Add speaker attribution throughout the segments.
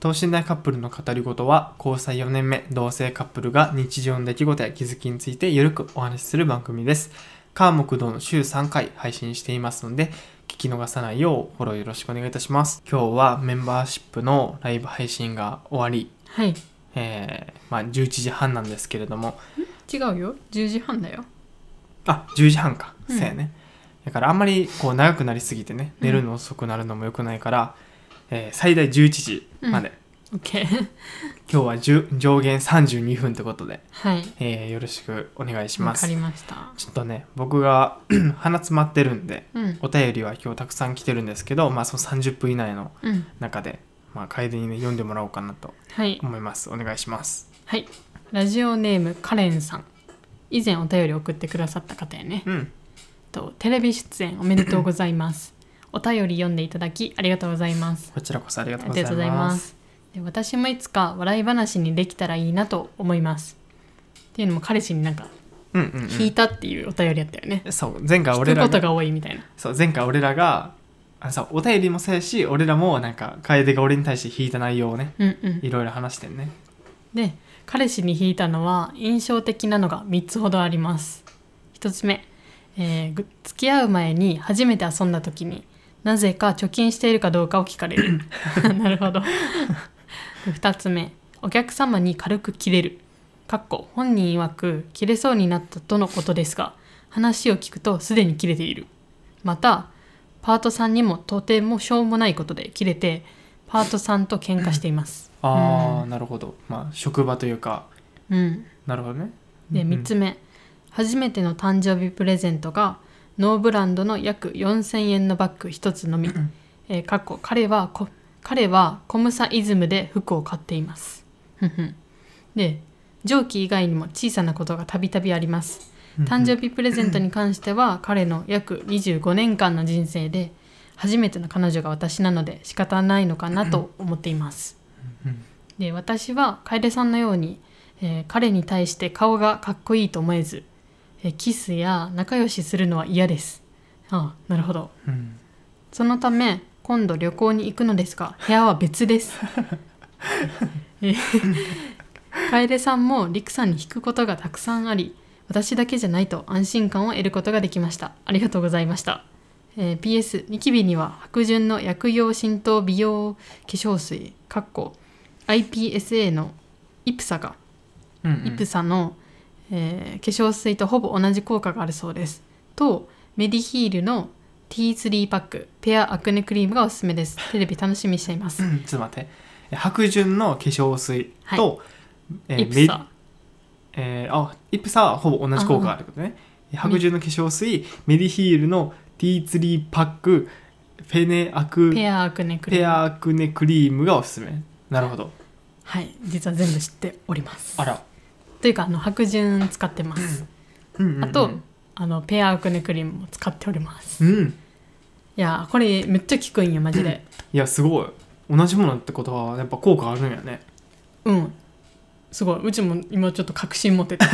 Speaker 1: 等身大カップルの語り事は交際4年目同性カップルが日常の出来事や気づきについてゆるくお話しする番組ですカー木道の週3回配信していますので聞き逃さないようフォローよろしくお願いいたします今日はメンバーシップのライブ配信が終わり、
Speaker 2: はい
Speaker 1: えーまあ、11時半なんですけれども
Speaker 2: 違うよ10時半だよ
Speaker 1: あ10時半か、
Speaker 2: うん
Speaker 1: そうやねだからあんまりこう長くなりすぎてね
Speaker 2: うん
Speaker 1: 寝るの遅くなるのも良くないから、えー最大11時まで、
Speaker 2: OK
Speaker 1: 今日は10上限32分ってことで、
Speaker 2: はい
Speaker 1: えーよろしくお願いし
Speaker 2: わ
Speaker 1: ま
Speaker 2: か
Speaker 1: す
Speaker 2: りました
Speaker 1: ちょっとね僕が 鼻詰まってるんで
Speaker 2: うん
Speaker 1: お便りは今日たくさん来てるんですけど、まあ、その30分以内の
Speaker 2: うん
Speaker 1: 中で、まあ、楓にね読んでもらおうかなと
Speaker 2: はい
Speaker 1: 思いますお願いします
Speaker 2: はいラジオネームカレンさん以前お便り送ってくださった方やね
Speaker 1: うん
Speaker 2: とテレビ出演おめでとうございますお便り読んでいただきありがとうございます
Speaker 1: こちらこそありが
Speaker 2: あ
Speaker 1: と
Speaker 2: り
Speaker 1: うご
Speaker 2: が
Speaker 1: ざ
Speaker 2: と
Speaker 1: いうます
Speaker 2: ございますで私もいつか笑い話にできたらいいなと思いますっていうのも彼氏になんか
Speaker 1: うんうん、うん
Speaker 2: 聞いたっていうお便りやったよね、
Speaker 1: そう前回
Speaker 2: 聞
Speaker 1: 俺
Speaker 2: く
Speaker 1: ら
Speaker 2: こと
Speaker 1: が
Speaker 2: が多いみたいな
Speaker 1: そう前回俺らがあのさお便りもそうやし俺らもなんか楓が俺に対して引いた内容をね
Speaker 2: うんうん
Speaker 1: いろいろ話してんね
Speaker 2: で彼氏に引いたのは印象的なのが3つほどあります1つ目、えーぐ付き合う前に初めて遊んだ時になぜか貯金しているかどうかを聞かれ るなるほど2つ目お客様に軽く切れるかっこ本人曰く切れそうになったとのことですが話を聞くとすでに切れているまたパートさんにもとてもしょうもないことで切れてパートさんと喧嘩しています
Speaker 1: ああ、
Speaker 2: う
Speaker 1: なるほどまあ職場というか
Speaker 2: うん
Speaker 1: なるほどね
Speaker 2: で
Speaker 1: うんうん
Speaker 2: 3つ目、初めての誕生日プレゼントがノーブランドの約4,000円のバッグ1つのみ、えー、かっこ彼はこ彼はコムサイズムで服を買っていますふんふんで上記以外にも小さなことがたびたびあります誕生日プレゼントに関しては彼の約25年間の人生で初めての彼女が私なので仕方ないのかなと思っています
Speaker 1: うん
Speaker 2: で私は楓さんのように、えー彼に対して顔がかっこいいと思えず、えーキスや仲良しするのは嫌ですああなるほど
Speaker 1: うん
Speaker 2: そのため今度旅行に行くのですが部屋は別ですえ楓さんもりくさんに引くことがたくさんあり私だけじゃないと安心感を得ることができましたありがとうございました、えー PS ニキビには白潤の薬用浸透美容化粧水かっこ IPSA のイプサが
Speaker 1: うんう
Speaker 2: イ
Speaker 1: ん
Speaker 2: プサの、えー化粧水とほぼ同じ効果があるそうですとメディヒールの T3 パックペアアクネクリームがおすすめですテレビ楽しみにしています、
Speaker 1: うん ちょっと待ってえ白潤の化粧水と、えー
Speaker 2: イプサ
Speaker 1: メえーあイプサはほぼ同じ効果があることね白潤の化粧水メディヒールの T3 パックフェネアク
Speaker 2: ペアアクネクリーム
Speaker 1: ペアアクネクリームがおすすめなるほど
Speaker 2: はい実は全部知っております
Speaker 1: あら、
Speaker 2: というかあの白潤使ってます、
Speaker 1: うんうんうん
Speaker 2: あとあのペアアクネクリームも使っております、
Speaker 1: う
Speaker 2: い
Speaker 1: ん
Speaker 2: やーこれめっちゃ効くんよマジで
Speaker 1: いやすごい同じものってことはやっぱ効果あるんやね
Speaker 2: うんすごいうちも今ちょっと確信持ってた、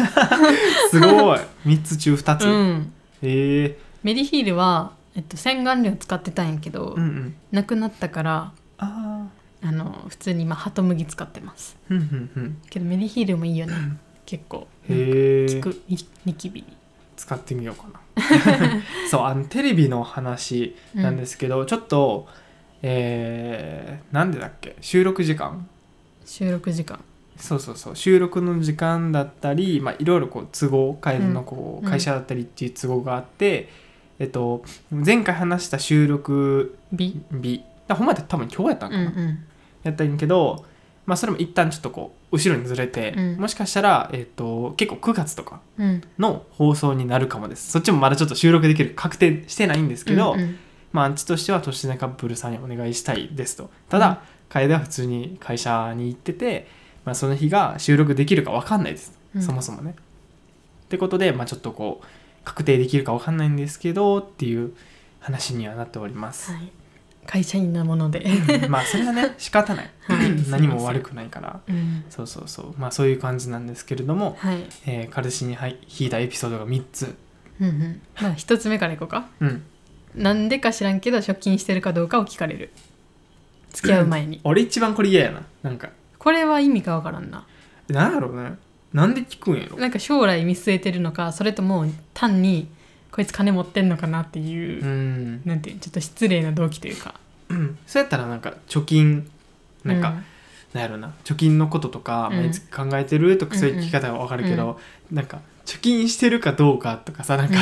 Speaker 1: すごい 3つ中2つ、
Speaker 2: うん、
Speaker 1: へえ
Speaker 2: メディヒールは、えっと、洗顔料使ってたんやけど、
Speaker 1: うんうん
Speaker 2: なくなったから
Speaker 1: ああ
Speaker 2: あの普通に今ハトムギ使ってます
Speaker 1: うんうんうん
Speaker 2: けどメディヒールもいいよね結構効
Speaker 1: へえ
Speaker 2: くニニキビに
Speaker 1: 使ってみようかな そうあのテレビの話なんですけど、ちょっとえー、なんでだっけ収録時間
Speaker 2: 収録時間
Speaker 1: そうそうそう収録の時間だったり、まあ、いろいろこう都合カエルのこう
Speaker 2: うん
Speaker 1: 会社だったりっていう都合があって、えっと前回話した収録
Speaker 2: 美
Speaker 1: 日だほんまやったら多分今日やったん
Speaker 2: うん
Speaker 1: か
Speaker 2: う
Speaker 1: な、
Speaker 2: ん
Speaker 1: やったんやけど、まあ、それも一旦ちょっとこう後ろにずれて、
Speaker 2: うん
Speaker 1: もしかしたら、えっと結構9月とか
Speaker 2: うん
Speaker 1: の放送になるかもですそっちもまだちょっと収録できる確定してないんですけど、
Speaker 2: うんうん
Speaker 1: まあアンチとしては年上カップルさんにお願いしたいですとただ、
Speaker 2: うん
Speaker 1: 楓は普通に会社に行ってて、まあ、その日が収録できるか分かんないです、
Speaker 2: うん
Speaker 1: そもそもねってことで、まあ、ちょっとこう確定できるか分かんないんですけどっていう話にはなっております、
Speaker 2: はい、会社員なもので、
Speaker 1: まあそれは ね仕方ない、
Speaker 2: はい
Speaker 1: 何も悪くないから
Speaker 2: うん、
Speaker 1: そうそうそうまあそういう感じなんですけれども、
Speaker 2: はい、
Speaker 1: えー彼氏にはい引いたエピソードが3つ
Speaker 2: うんうん、まあ一つ目からいこうか
Speaker 1: うん
Speaker 2: なんでか知らんけど貯金してるかどうかを聞かれる付き合う前に
Speaker 1: 俺一番これ嫌やななんか
Speaker 2: これは意味がわからんな
Speaker 1: なんやろうねなんで聞くんやろ
Speaker 2: なんか将来見据えてるのかそれとも単にこいつ金持ってんのかなっていう、
Speaker 1: うん
Speaker 2: なんていうちょっと失礼な動機というか
Speaker 1: そうやったらなんか貯金なんか、
Speaker 2: うん
Speaker 1: なんやろな貯金のこととか
Speaker 2: うん
Speaker 1: 毎月考えてるとかそういう聞き方がわかるけど、なんか貯金してるかどうかとかさなんか、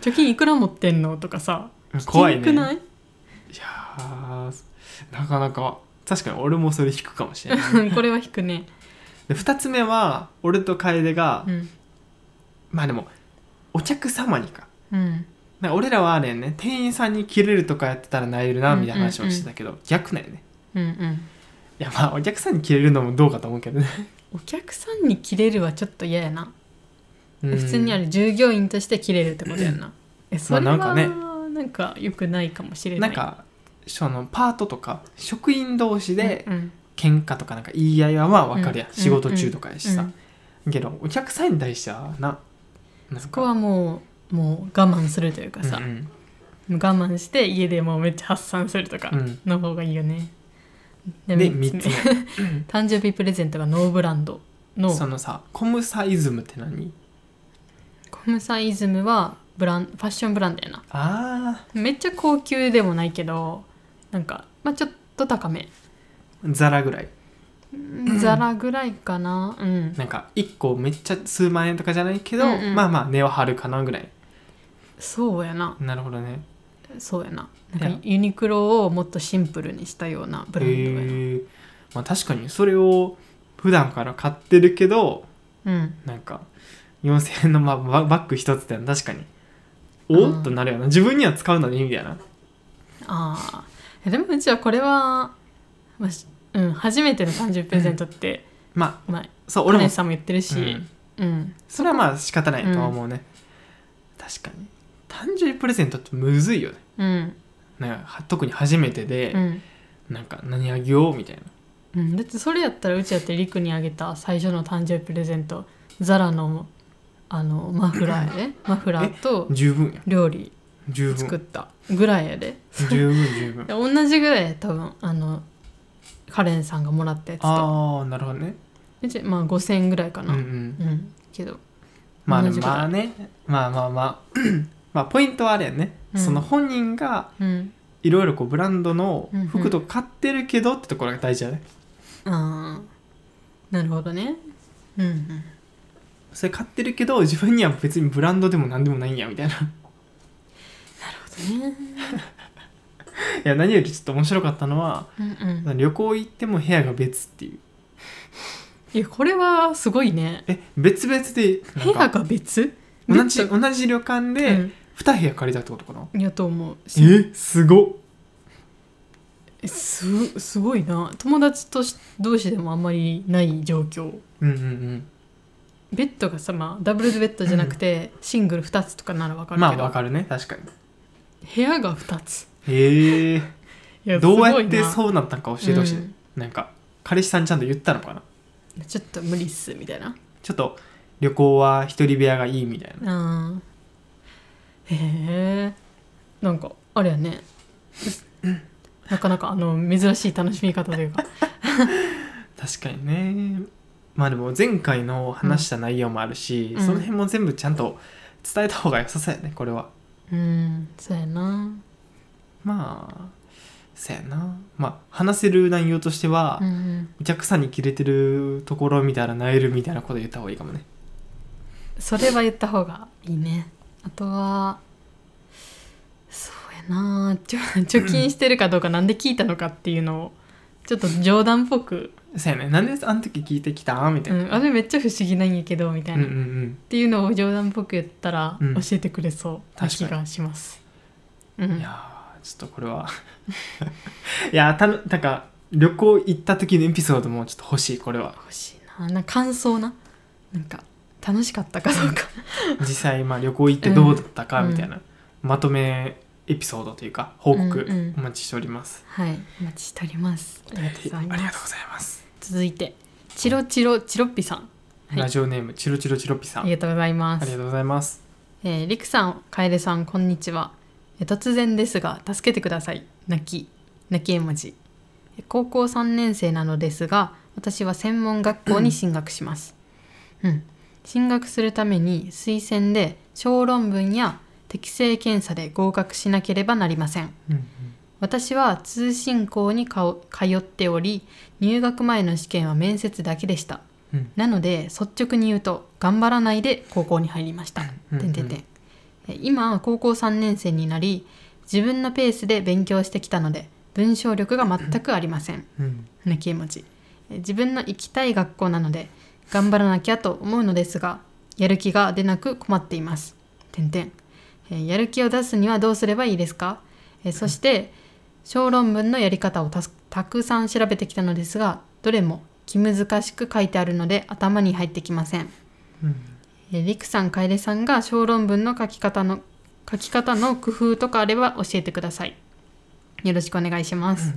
Speaker 2: 貯金いくら持ってんのとかさ
Speaker 1: 怖い
Speaker 2: 聞
Speaker 1: ね
Speaker 2: きにくない
Speaker 1: いやーなかなか確かに俺もそれ引くかもしれない
Speaker 2: これは引くね、
Speaker 1: で2つ目は俺と楓が、
Speaker 2: うん
Speaker 1: まあでもお客様にか
Speaker 2: うん、
Speaker 1: なんか俺らはあれやね店員さんに切れるとかやってたらなえるな
Speaker 2: うん
Speaker 1: みたいな話をしてたけど、逆なんよね
Speaker 2: うんうん
Speaker 1: いやまあお客さんに切れるのもどうかと思うけどね
Speaker 2: お客さんに切れるはちょっと嫌やな、
Speaker 1: うん
Speaker 2: 普通にある従業員として切れるってことやんなえそれ
Speaker 1: まあな
Speaker 2: はなんん
Speaker 1: かね
Speaker 2: か,、よくないかもしれな
Speaker 1: ないんかそのパートとか職員同士で
Speaker 2: うん
Speaker 1: 喧嘩とかなんか言い合いはまあわかるや、
Speaker 2: うん
Speaker 1: ん、仕事中とかやしさ、
Speaker 2: うん
Speaker 1: けどお客さんに対してはななんか
Speaker 2: そこはもうもう我慢するというかさ
Speaker 1: う、ん
Speaker 2: もう我慢して家でもうめっちゃ発散するとか
Speaker 1: うん
Speaker 2: の方がいいよね、
Speaker 1: うんで3つ目
Speaker 2: 誕生日プレゼントがノーブランドの
Speaker 1: そのさコムサイズムって何
Speaker 2: コムサイズムはブランファッションブランドやな
Speaker 1: あ
Speaker 2: めっちゃ高級でもないけどなんか、まあ、ちょっと高め
Speaker 1: ーザラぐらい
Speaker 2: ザラぐらいかなうん
Speaker 1: なんか1個めっちゃ数万円とかじゃないけど、
Speaker 2: うんうん
Speaker 1: まあまあ値は張るかなぐらい
Speaker 2: そうやな
Speaker 1: なるほどね
Speaker 2: そうやななん
Speaker 1: いや
Speaker 2: かユニクロをもっとシンプルにしたようなブランドやな、
Speaker 1: へーまあ、確かにそれを普段から買ってるけど
Speaker 2: うん
Speaker 1: なんか4000円の、まあ、ババッグ一つってのは確かにお
Speaker 2: う
Speaker 1: っ
Speaker 2: ん
Speaker 1: となるよな自分には使うのに意味だよな
Speaker 2: ああでもうちはこれは、まあしうん、初めての誕生日プレゼントって、
Speaker 1: ま
Speaker 2: まあ
Speaker 1: あそう
Speaker 2: カ
Speaker 1: 俺
Speaker 2: レ
Speaker 1: も
Speaker 2: ンさんも言ってるし、
Speaker 1: うん
Speaker 2: うん
Speaker 1: それはまあ仕方ないとは思うね、確かに誕生日プレゼントってむずいよね
Speaker 2: うん
Speaker 1: なんかは特に初めてで
Speaker 2: う、ん
Speaker 1: なんか何あげようみたいな
Speaker 2: うん、だってそれやったらうちやってりくにあげた最初の誕生日プレゼントザラのあのマフラーやでマフラーと
Speaker 1: 十分や
Speaker 2: 料理
Speaker 1: 十
Speaker 2: 作っ
Speaker 1: 分
Speaker 2: たぐらいやで
Speaker 1: 十分十 分
Speaker 2: いや同じぐらいや多分あのカレンさんがもらったやつと
Speaker 1: ああなるほどね
Speaker 2: うちまあ5000円ぐらいか
Speaker 1: うんう
Speaker 2: なうん、
Speaker 1: ん
Speaker 2: けど
Speaker 1: まあね
Speaker 2: 同じぐらい
Speaker 1: まあねまあまあまあ まあポイントはあれやね、
Speaker 2: うん
Speaker 1: その本人が
Speaker 2: うん
Speaker 1: いろいろこうブランドの
Speaker 2: うんうん
Speaker 1: 服とか買ってるけどってところが大事だね、
Speaker 2: あーなるほどねうんうん
Speaker 1: それ買ってるけど自分には別にブランドでも何でもないんやみたいな い
Speaker 2: そうね
Speaker 1: や何よりちょっと面白かったのは
Speaker 2: うんうん
Speaker 1: 旅行行っても部屋が別っていう
Speaker 2: いやこれはすごいね
Speaker 1: え別々でな
Speaker 2: 部
Speaker 1: ん
Speaker 2: 屋
Speaker 1: か
Speaker 2: が別
Speaker 1: 同じ
Speaker 2: ベッ
Speaker 1: 同じ旅館
Speaker 2: ド
Speaker 1: で2部屋借りたってことかな、
Speaker 2: うん、やと思うし
Speaker 1: えすごっ
Speaker 2: えすすごいな友達とし同士でもあんまりない状況
Speaker 1: うんうんうん
Speaker 2: ベッドがさ、まあ、ダブルベッドじゃなくてシングル2つとかならわかる
Speaker 1: まあ
Speaker 2: けど、
Speaker 1: わかるね確かに
Speaker 2: 部屋が2つ
Speaker 1: へえ
Speaker 2: いや
Speaker 1: どう
Speaker 2: すご
Speaker 1: や
Speaker 2: い
Speaker 1: っ
Speaker 2: な
Speaker 1: てそうなったんか教えてほしい、
Speaker 2: うん
Speaker 1: なんか彼氏さんにちゃんと言ったのかな
Speaker 2: ちょっと無理っすみたいな
Speaker 1: ちょっと旅行は一人部屋がいいみたいな
Speaker 2: あーへえんかあれやねなかなかあの珍しい楽しみ方というか
Speaker 1: 確かにねまあでも前回の話した内容もあるし、
Speaker 2: うん
Speaker 1: その辺も全部ちゃんと伝えた方が良さそうやねこれは
Speaker 2: うんそうやな
Speaker 1: まあそやなまあ話せる内容としては、
Speaker 2: うんうん
Speaker 1: お客さんに切れてるところを見たらなえるみたいなこと言った方がいいかもね
Speaker 2: それは言った方がいいねあとはそうやなちょ 貯金してるかどうかなんで聞いたのかっていうのをちょっと冗談っぽく
Speaker 1: そやねなんであの時聞いてきたみ
Speaker 2: 「
Speaker 1: たいうな、
Speaker 2: ん、あれめっちゃ不思議なんやけど」みた
Speaker 1: う
Speaker 2: い
Speaker 1: ん、
Speaker 2: な、
Speaker 1: うん
Speaker 2: っ
Speaker 1: うん
Speaker 2: ていうのを冗談っぽく言ったら
Speaker 1: うん
Speaker 2: 教えてくれそうな気がします。うん
Speaker 1: いやーちょっとこれは いやーたのなんか旅行行った時のエピソードもちょっと欲しいこれは
Speaker 2: 欲しいななんか感想ななんか楽しかったかどうか
Speaker 1: 実際まあ旅行行ってどうだったか
Speaker 2: うん
Speaker 1: みたいな、まとめエピソードというか報告
Speaker 2: うんうん
Speaker 1: お待ちしております、
Speaker 2: はいお待ちしておりますありがとうござい
Speaker 1: あり
Speaker 2: ま
Speaker 1: がと
Speaker 2: す
Speaker 1: うございます、
Speaker 2: 続いてチロチロチロッピさんはい
Speaker 1: ラジオネームチロチロチロピさ
Speaker 2: あ
Speaker 1: ん
Speaker 2: りがとうございま
Speaker 1: あ
Speaker 2: す
Speaker 1: りがとうございます
Speaker 2: えー、りくさん、かえでさん、こんにちは。えー突然ですが、助けてください。泣き、泣き絵文字。高校3年生なのですが私は専門学校に進学します、うん、進学するために推薦で小論文や適正検査で合格しなければなりません
Speaker 1: うん
Speaker 2: 私は通信校にか通っており入学前の試験は面接だけでした
Speaker 1: うん
Speaker 2: なので率直に言うと頑張らないで高校に入りました。
Speaker 1: うんうん
Speaker 2: てんてんてんえ今高校3年生になり自分のペースで勉強してきたので文章力が全くありません。
Speaker 1: うん
Speaker 2: 泣き絵文字え自分の行きたい学校なので頑張らなきゃと思うのですがやる気が出なく困っています。てんてんえやる気を出すにはどうすればいいですかえそして小論文のやり方をたすたくさん調べてきたのですがどれも気難しく書いてあるので頭に入ってきません。
Speaker 1: うん
Speaker 2: えりくさん楓さんが小論文の書き方の書き方の工夫とかあれば教えてくださいよろしくお願いします、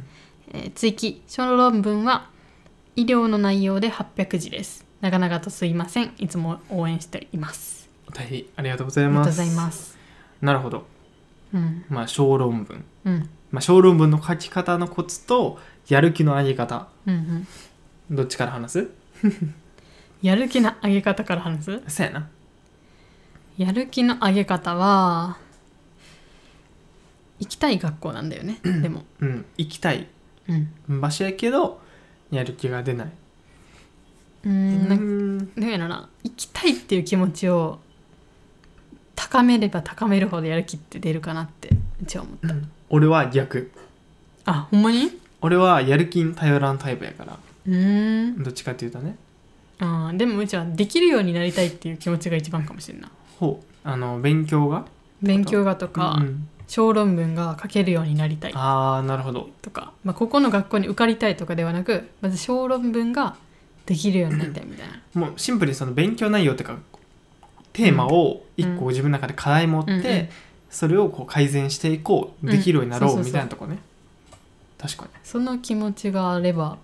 Speaker 2: えー追記小論文は医療の内容で800字です長々とすいませんいつも応援しています
Speaker 1: お便りありがとうござい
Speaker 2: ありが
Speaker 1: ま
Speaker 2: とうご
Speaker 1: す
Speaker 2: ざいます
Speaker 1: なるほど
Speaker 2: うん
Speaker 1: まあ小論文、
Speaker 2: うん
Speaker 1: まあ、小論文の書き方のコツとやる気の上げ方
Speaker 2: うんうん
Speaker 1: どっちから話す
Speaker 2: やる気の上げ方から話す
Speaker 1: そうやな
Speaker 2: やる気の上げ方は行きたい学校なんだよねでも
Speaker 1: うん行きたい
Speaker 2: うん
Speaker 1: 場所やけどやる気が出ない、
Speaker 2: うんなんか
Speaker 1: うん
Speaker 2: どうやろな行きたいっていう気持ちを高めれば高めるほどやる気って出るかなってうちは思った
Speaker 1: 俺は逆
Speaker 2: あほんまに
Speaker 1: 俺はやる気に頼らんタイプやから
Speaker 2: うーん
Speaker 1: どっちかっていうとね
Speaker 2: あーでもうちはできるようになりたいっていう気持ちが一番かもしれんない
Speaker 1: ほうあの勉強が
Speaker 2: 勉強がとか、
Speaker 1: うん、
Speaker 2: 小論文が書けるようになりたい
Speaker 1: ああなるほど
Speaker 2: とか、まあ、ここの学校に受かりたいとかではなくまず小論文ができるようになりたいみたいな
Speaker 1: もうシンプルにその勉強内容っていうかテーマを一個自分の中で課題持って、
Speaker 2: うんうん
Speaker 1: それをこう改善していこう
Speaker 2: うん
Speaker 1: できるようになろ
Speaker 2: そう
Speaker 1: う
Speaker 2: そ
Speaker 1: み
Speaker 2: うそう
Speaker 1: たいなとこね、確か
Speaker 2: その気持ちがあれば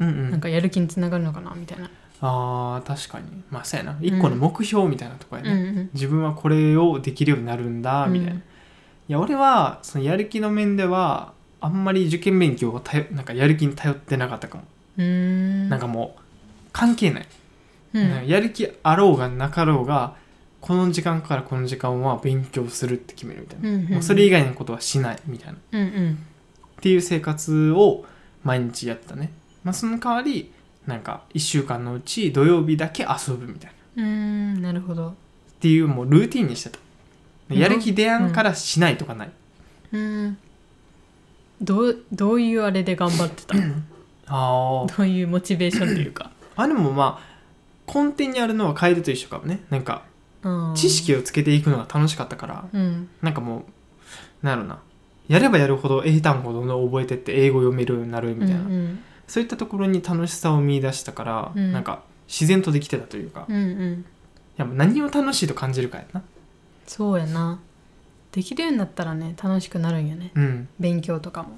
Speaker 1: にうんう
Speaker 2: なんんかやる気につながるのかなみたいな、
Speaker 1: あー確かにまあそうやな一個の目標みたいなとこや
Speaker 2: うん
Speaker 1: ね、
Speaker 2: うん、
Speaker 1: 自分はこれをできるようになるんだみたいな、いや俺はそのやる気の面ではあんまり受験勉強を頼なんかやる気に頼ってなかったかも、
Speaker 2: うんうーん
Speaker 1: なんかもう関係ない、
Speaker 2: うん
Speaker 1: なんかやる気あろうがなかろうがこの時間からこの時間は勉強するって決めるみたいな、
Speaker 2: うんうんうん
Speaker 1: もうそれ以外のことはしないみたいなっ
Speaker 2: うんうん
Speaker 1: ていう生活を毎日やってたね、まあ、その代わりなんか1週間のうち土曜日だけ遊ぶみたいな
Speaker 2: うーんなるほど
Speaker 1: っていうもうルーティンにしてた
Speaker 2: うん
Speaker 1: やる気出やんからしないとかない、
Speaker 2: うーんどうどういうあれで頑張ってたど
Speaker 1: あ
Speaker 2: ういうモチベーションというか
Speaker 1: あでもまあ根底にあるのは楓と一緒かもねなんか
Speaker 2: うん
Speaker 1: 知識をつけていくのが楽しかったから
Speaker 2: うん
Speaker 1: なんかもうなんやろなやればやるほど英単語どんどん覚えてって英語読めるようになるみたいな、
Speaker 2: うん
Speaker 1: そういったところに楽しさを見出したから、
Speaker 2: うん
Speaker 1: なんか自然とできてたというか、
Speaker 2: うん、うんうん、
Speaker 1: やっぱ何を楽しいと感じるかやな
Speaker 2: そうやなできるようになったらね楽しくなるんよね
Speaker 1: うん
Speaker 2: 勉強とかも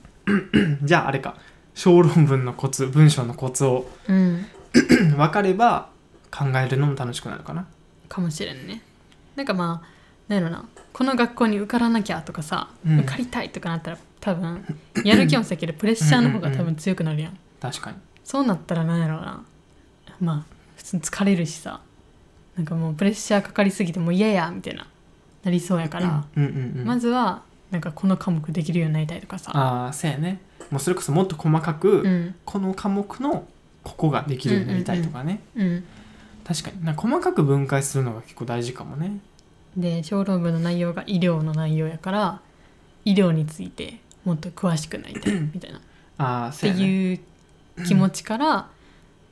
Speaker 1: じゃああれか小論文のコツ文章のコツを
Speaker 2: うん
Speaker 1: 分かれば考えるのも楽しくなるかな
Speaker 2: かもしれんねなんかまあなんやろなこの学校に受からなきゃとかさ、
Speaker 1: うん
Speaker 2: 受かりたいとかなったら多分やる気もせけどプレッシャーの方が多分強くなるやん
Speaker 1: 確かに
Speaker 2: そうなったらなんやろうなまあ普通に疲れるしさなんかもうプレッシャーかかりすぎてもう嫌やみたいななりそうやから、
Speaker 1: うんうんうん
Speaker 2: まずはなんかこの科目できるようになりたいとかさ
Speaker 1: ああそうやねもうそれこそもっと細かく、
Speaker 2: うん
Speaker 1: この科目のここができるようになりたいとかね、
Speaker 2: うん
Speaker 1: 確かになんか細かく分解するのが結構大事かもね
Speaker 2: で小論文の内容が医療の内容やから医療についてもっと詳しくなりたいみたいなっ
Speaker 1: ああそ
Speaker 2: て
Speaker 1: うやね
Speaker 2: いう気持ちから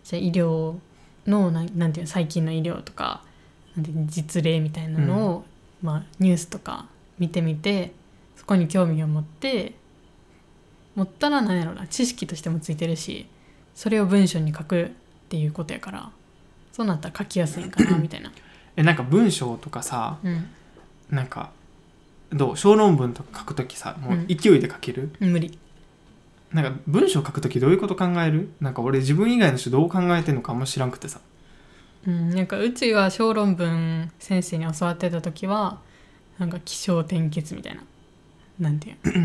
Speaker 2: じゃあ医療のなんなんていうの最近の医療とかなんていうの実例みたいなのを、まあ、ニュースとか見てみてそこに興味を持って持ったら何やろうな知識としてもついてるしそれを文章に書くっていうことやからそうなったら書きやすいんかなみたいな。
Speaker 1: えなんか文章とかさ
Speaker 2: うん
Speaker 1: なんかどう小論文とか書くときさもう勢いで書ける、
Speaker 2: 無理
Speaker 1: なんか文章書くときどういうこと考えるなんか俺自分以外の人どう考えてんのかあんま知らんくてさ
Speaker 2: うん、なんかうちは小論文先生に教わってた時はなんか起承 転結みたいななんていうの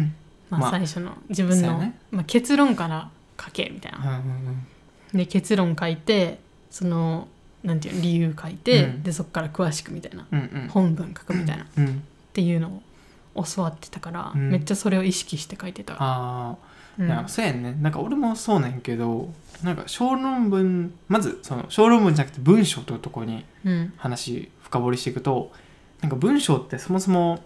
Speaker 2: まあ
Speaker 1: まあ
Speaker 2: 最初の自分
Speaker 1: そう
Speaker 2: の、
Speaker 1: やね
Speaker 2: まあ、結論から書けみたいな
Speaker 1: うんうん
Speaker 2: で結論書いてそのなんていうの理由書いて、
Speaker 1: うん
Speaker 2: でそこから詳しくみたいな
Speaker 1: うんうん
Speaker 2: 本文書くみたいな、っ
Speaker 1: うんうん
Speaker 2: ていうのを教わってたから、
Speaker 1: うん
Speaker 2: めっちゃそれを意識して書いてた、
Speaker 1: あ
Speaker 2: う
Speaker 1: あ、
Speaker 2: ん
Speaker 1: いやそうやんねなんか俺もそうなんやけどなんか小論文まずその小論文じゃなくて文章というところに
Speaker 2: うん
Speaker 1: 話深掘りしていくとなんか文章ってそもそも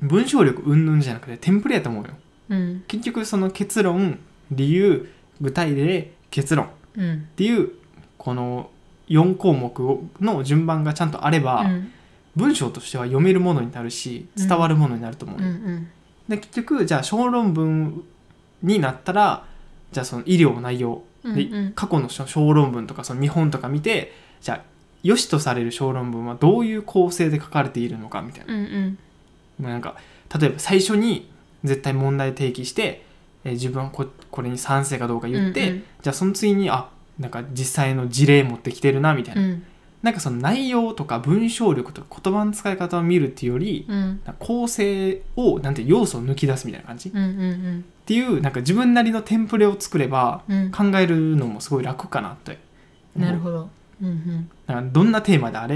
Speaker 1: 文章力云々じゃなくてテンプレやと思うよ
Speaker 2: うん
Speaker 1: 結局その結論理由具体例結論っ
Speaker 2: うん
Speaker 1: ていうこの4項目をの順番がちゃんとあれば、
Speaker 2: うん
Speaker 1: 文章としては読めるものになるし伝わるものになると思う、
Speaker 2: うんうん
Speaker 1: で結局じゃあ小論文になったらじゃあその医療の内容
Speaker 2: うん
Speaker 1: で
Speaker 2: うん
Speaker 1: 過去の小小論文とかその見本とか見てじゃあ良しとされる小論文はどういう構成で書かれているのかみたいな
Speaker 2: うんうん
Speaker 1: もうなんか例えば最初に絶対問題提起して、えー自分はここれに賛成かどうか言って、
Speaker 2: うん
Speaker 1: じゃあその次にあなんか実際の事例持ってきてるなみたいな、
Speaker 2: うん
Speaker 1: なんかその内容とか文章力とか言葉の使い方を見るっていうより
Speaker 2: うん
Speaker 1: なんか構成をなんて要素を抜き出すみたいな感じ、っ
Speaker 2: うんうん
Speaker 1: ていうなんか自分なりのテンプレを作れば
Speaker 2: うんうん
Speaker 1: 考えるのもすごい楽かなって
Speaker 2: なるほどうん
Speaker 1: どなんかどんなテーマであれ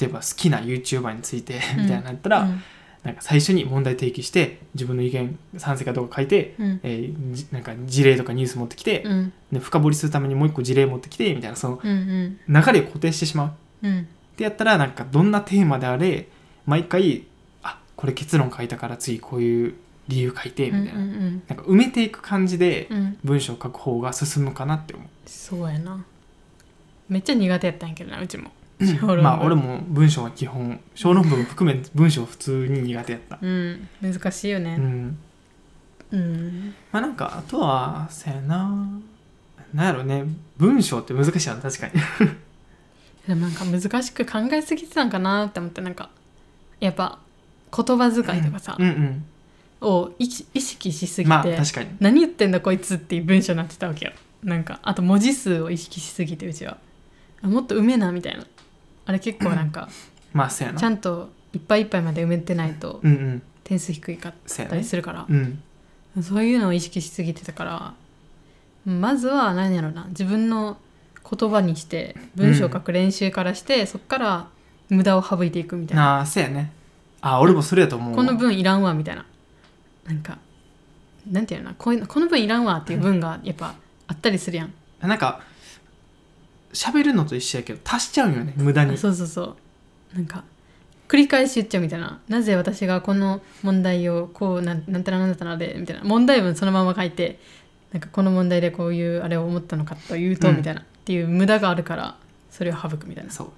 Speaker 1: 例えば好きな YouTuber についてみたいなのやったら、
Speaker 2: うん
Speaker 1: なんか最初に問題提起して自分の意見賛成かどうか書いて、
Speaker 2: うん
Speaker 1: えーじなんか事例とかニュース持ってきて、
Speaker 2: うん
Speaker 1: で深掘りするためにもう一個事例持ってきてみたいなその
Speaker 2: うんうん
Speaker 1: 流れを固定してしまう
Speaker 2: うん
Speaker 1: ってやったらなんかどんなテーマであれ毎回あこれ結論書いたから次こういう理由書いてみたいな,、
Speaker 2: うんうん
Speaker 1: なんか埋めていく感じで
Speaker 2: うんうん
Speaker 1: 文章を書く方が進むかなって思
Speaker 2: そうやなめっちゃ苦手やったんやけどなうちも小論
Speaker 1: う
Speaker 2: 文
Speaker 1: まあ俺も文章は基本小論文含め文章普通に苦手やった
Speaker 2: うん難しいよ
Speaker 1: う
Speaker 2: ね
Speaker 1: ん
Speaker 2: うん
Speaker 1: まあなんかあとはそやななんやろね文章って難しいよね確かに
Speaker 2: でもなんか難しく考えすぎてたんかなって思ってなんかやっぱ言葉遣いとかさ
Speaker 1: うんうん
Speaker 2: を意識意識しすぎて、
Speaker 1: まあ確かに
Speaker 2: 何言ってんだこいつっていう文章になってたわけよなんかあと文字数を意識しすぎてうちはあもっと埋めなみたいなあれ結構なんか
Speaker 1: まあそや
Speaker 2: ちゃ
Speaker 1: なん
Speaker 2: といっぱいいっぱいまで埋めてないと
Speaker 1: うんうん
Speaker 2: 点数低いかっ
Speaker 1: そや
Speaker 2: たり
Speaker 1: ね
Speaker 2: するから
Speaker 1: うん
Speaker 2: そういうのを意識しすぎてたからまずは何やろな自分の言葉にして文章を書く練習からして、そっから無駄を省いていくみたいな
Speaker 1: ああそやねあ俺もそれやと思うわ
Speaker 2: この文いらんわみたいななんかなんていうのかなこういうのこの文いらんわっていう文がやっぱあったりするやん、
Speaker 1: なんか喋るのと一緒やけど足しちゃうんよね無駄に
Speaker 2: あそうそうそうなんか繰り返し言っちゃうみたいななぜ私がこの問題をこうなんなんたらなんたらでみたいな問題文そのまま書いてなんかこの問題でこういうあれを思ったのかというと、
Speaker 1: うん
Speaker 2: みたいなっていう無駄があるからそれを省くみたいな、
Speaker 1: そう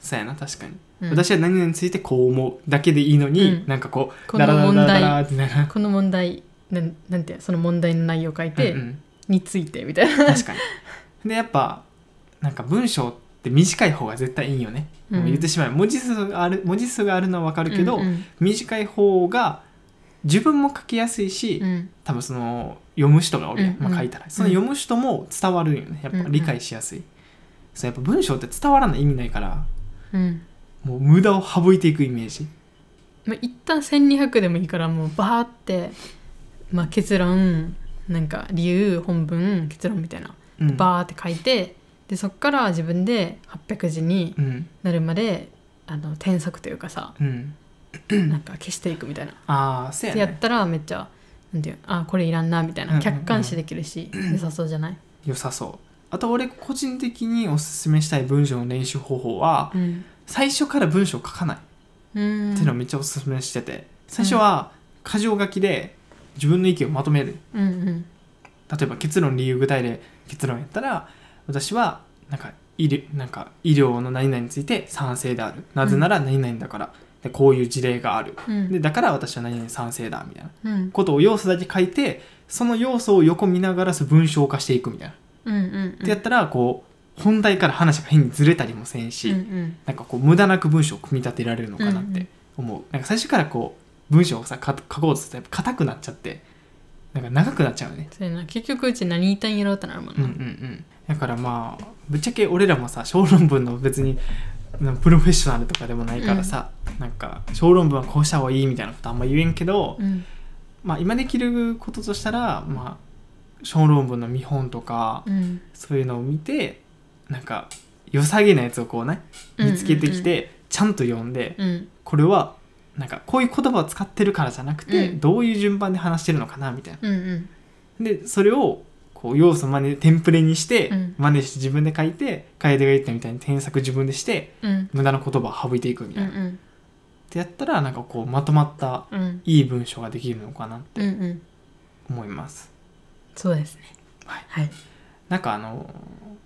Speaker 1: そうやな確かに、
Speaker 2: うん
Speaker 1: 私は何々についてこう思うだけでいいのに、
Speaker 2: うん
Speaker 1: なんかこう
Speaker 2: この問題
Speaker 1: ダラダラダラダラってなる
Speaker 2: この問題なんなんていうのその問題の内容書いて、
Speaker 1: うんうん
Speaker 2: についてみたいな
Speaker 1: 確かにでやっぱなんか文章って短い方が絶対いいよね、
Speaker 2: う ん
Speaker 1: もう言ってしまえば文字数がある文字数があるのは分かるけど、
Speaker 2: うんうん
Speaker 1: 短い方が自分も書きやすいし、
Speaker 2: うん
Speaker 1: 多分その読む人がおるやん、
Speaker 2: うんうん
Speaker 1: まあ、書いたらその読む人も伝わるよねやっ
Speaker 2: うん
Speaker 1: ぱ
Speaker 2: うん
Speaker 1: 理解しやすい、そうやっぱ文章って伝わらない意味ないから
Speaker 2: うん
Speaker 1: もう無駄を省いていくイメージ
Speaker 2: まあ、一旦1200でもいいからもうバーって、まあ、結論なんか理由本文結論みたいな
Speaker 1: うん
Speaker 2: バーって書いてでそっから自分で800字に
Speaker 1: うん
Speaker 2: なるまであの添削というかさ
Speaker 1: うん
Speaker 2: なんか消していくみたいな。
Speaker 1: ああそう
Speaker 2: っ
Speaker 1: や
Speaker 2: て
Speaker 1: ね
Speaker 2: やったらめっちゃなんていうのあこれいらんなみたい
Speaker 1: うん
Speaker 2: な
Speaker 1: うんうん
Speaker 2: 客観視できるし良さそうじゃない、
Speaker 1: 良さそうあと俺個人的におすすめしたい文章の練習方法は
Speaker 2: うん
Speaker 1: 最初から文章書かないっ
Speaker 2: うん
Speaker 1: ていうのをめっちゃおすすめしてて最初は箇条書きで自分の意見をまとめる
Speaker 2: うんうん
Speaker 1: 例えば結論理由具体例結論やったら私はなんか医療なんか医療の何々について賛成であるなぜなら何々だから、でこういう事例がある
Speaker 2: うん
Speaker 1: でだから私は何々賛成だみたいな
Speaker 2: うん
Speaker 1: ことを要素だけ書いてその要素を横見ながら文章化していくみたいな。
Speaker 2: うんうん
Speaker 1: ってやったらこう本題から話が変にずれたりもせんし、
Speaker 2: うんうん
Speaker 1: なんかこう無駄なく文章を組み立てられるのかなって思う、なんか最初からこう文章をさか書こうとするとやっぱ硬くなっちゃってなんか長くなっちゃうよね
Speaker 2: そうやな結局うち何言いたいんやろうってなるもん
Speaker 1: うん
Speaker 2: な、
Speaker 1: うんうん、だからまあぶっちゃけ俺らもさ小論文の別になんプロフェッショナルとかでもないからさ、なんか小論文はこうした方がいいみたいなことあんま言えんけど、
Speaker 2: うん
Speaker 1: まあ、今できることとしたら、まあ、小論文の見本とか
Speaker 2: うん
Speaker 1: そういうのを見てなんか良さげなやつをこうね見つけてきて、ちゃんと読んで
Speaker 2: うん
Speaker 1: これはなんかこういう言葉を使ってるからじゃなくて、
Speaker 2: うん
Speaker 1: どういう順番で話してるのかなみたいな。
Speaker 2: うんうん
Speaker 1: でそれをこう要素真似テンプレにして、
Speaker 2: うん
Speaker 1: 真似して自分で書いて楓が言ったみたいに添削自分でして
Speaker 2: うん
Speaker 1: 無駄な言葉を省いていくみ
Speaker 2: う
Speaker 1: たいな。っ
Speaker 2: ん
Speaker 1: てやったらなんかこうまとまった
Speaker 2: うんうん
Speaker 1: いい文章ができるのかなって
Speaker 2: うんうん
Speaker 1: 思います。
Speaker 2: そうですね
Speaker 1: はい
Speaker 2: はい
Speaker 1: なんかあの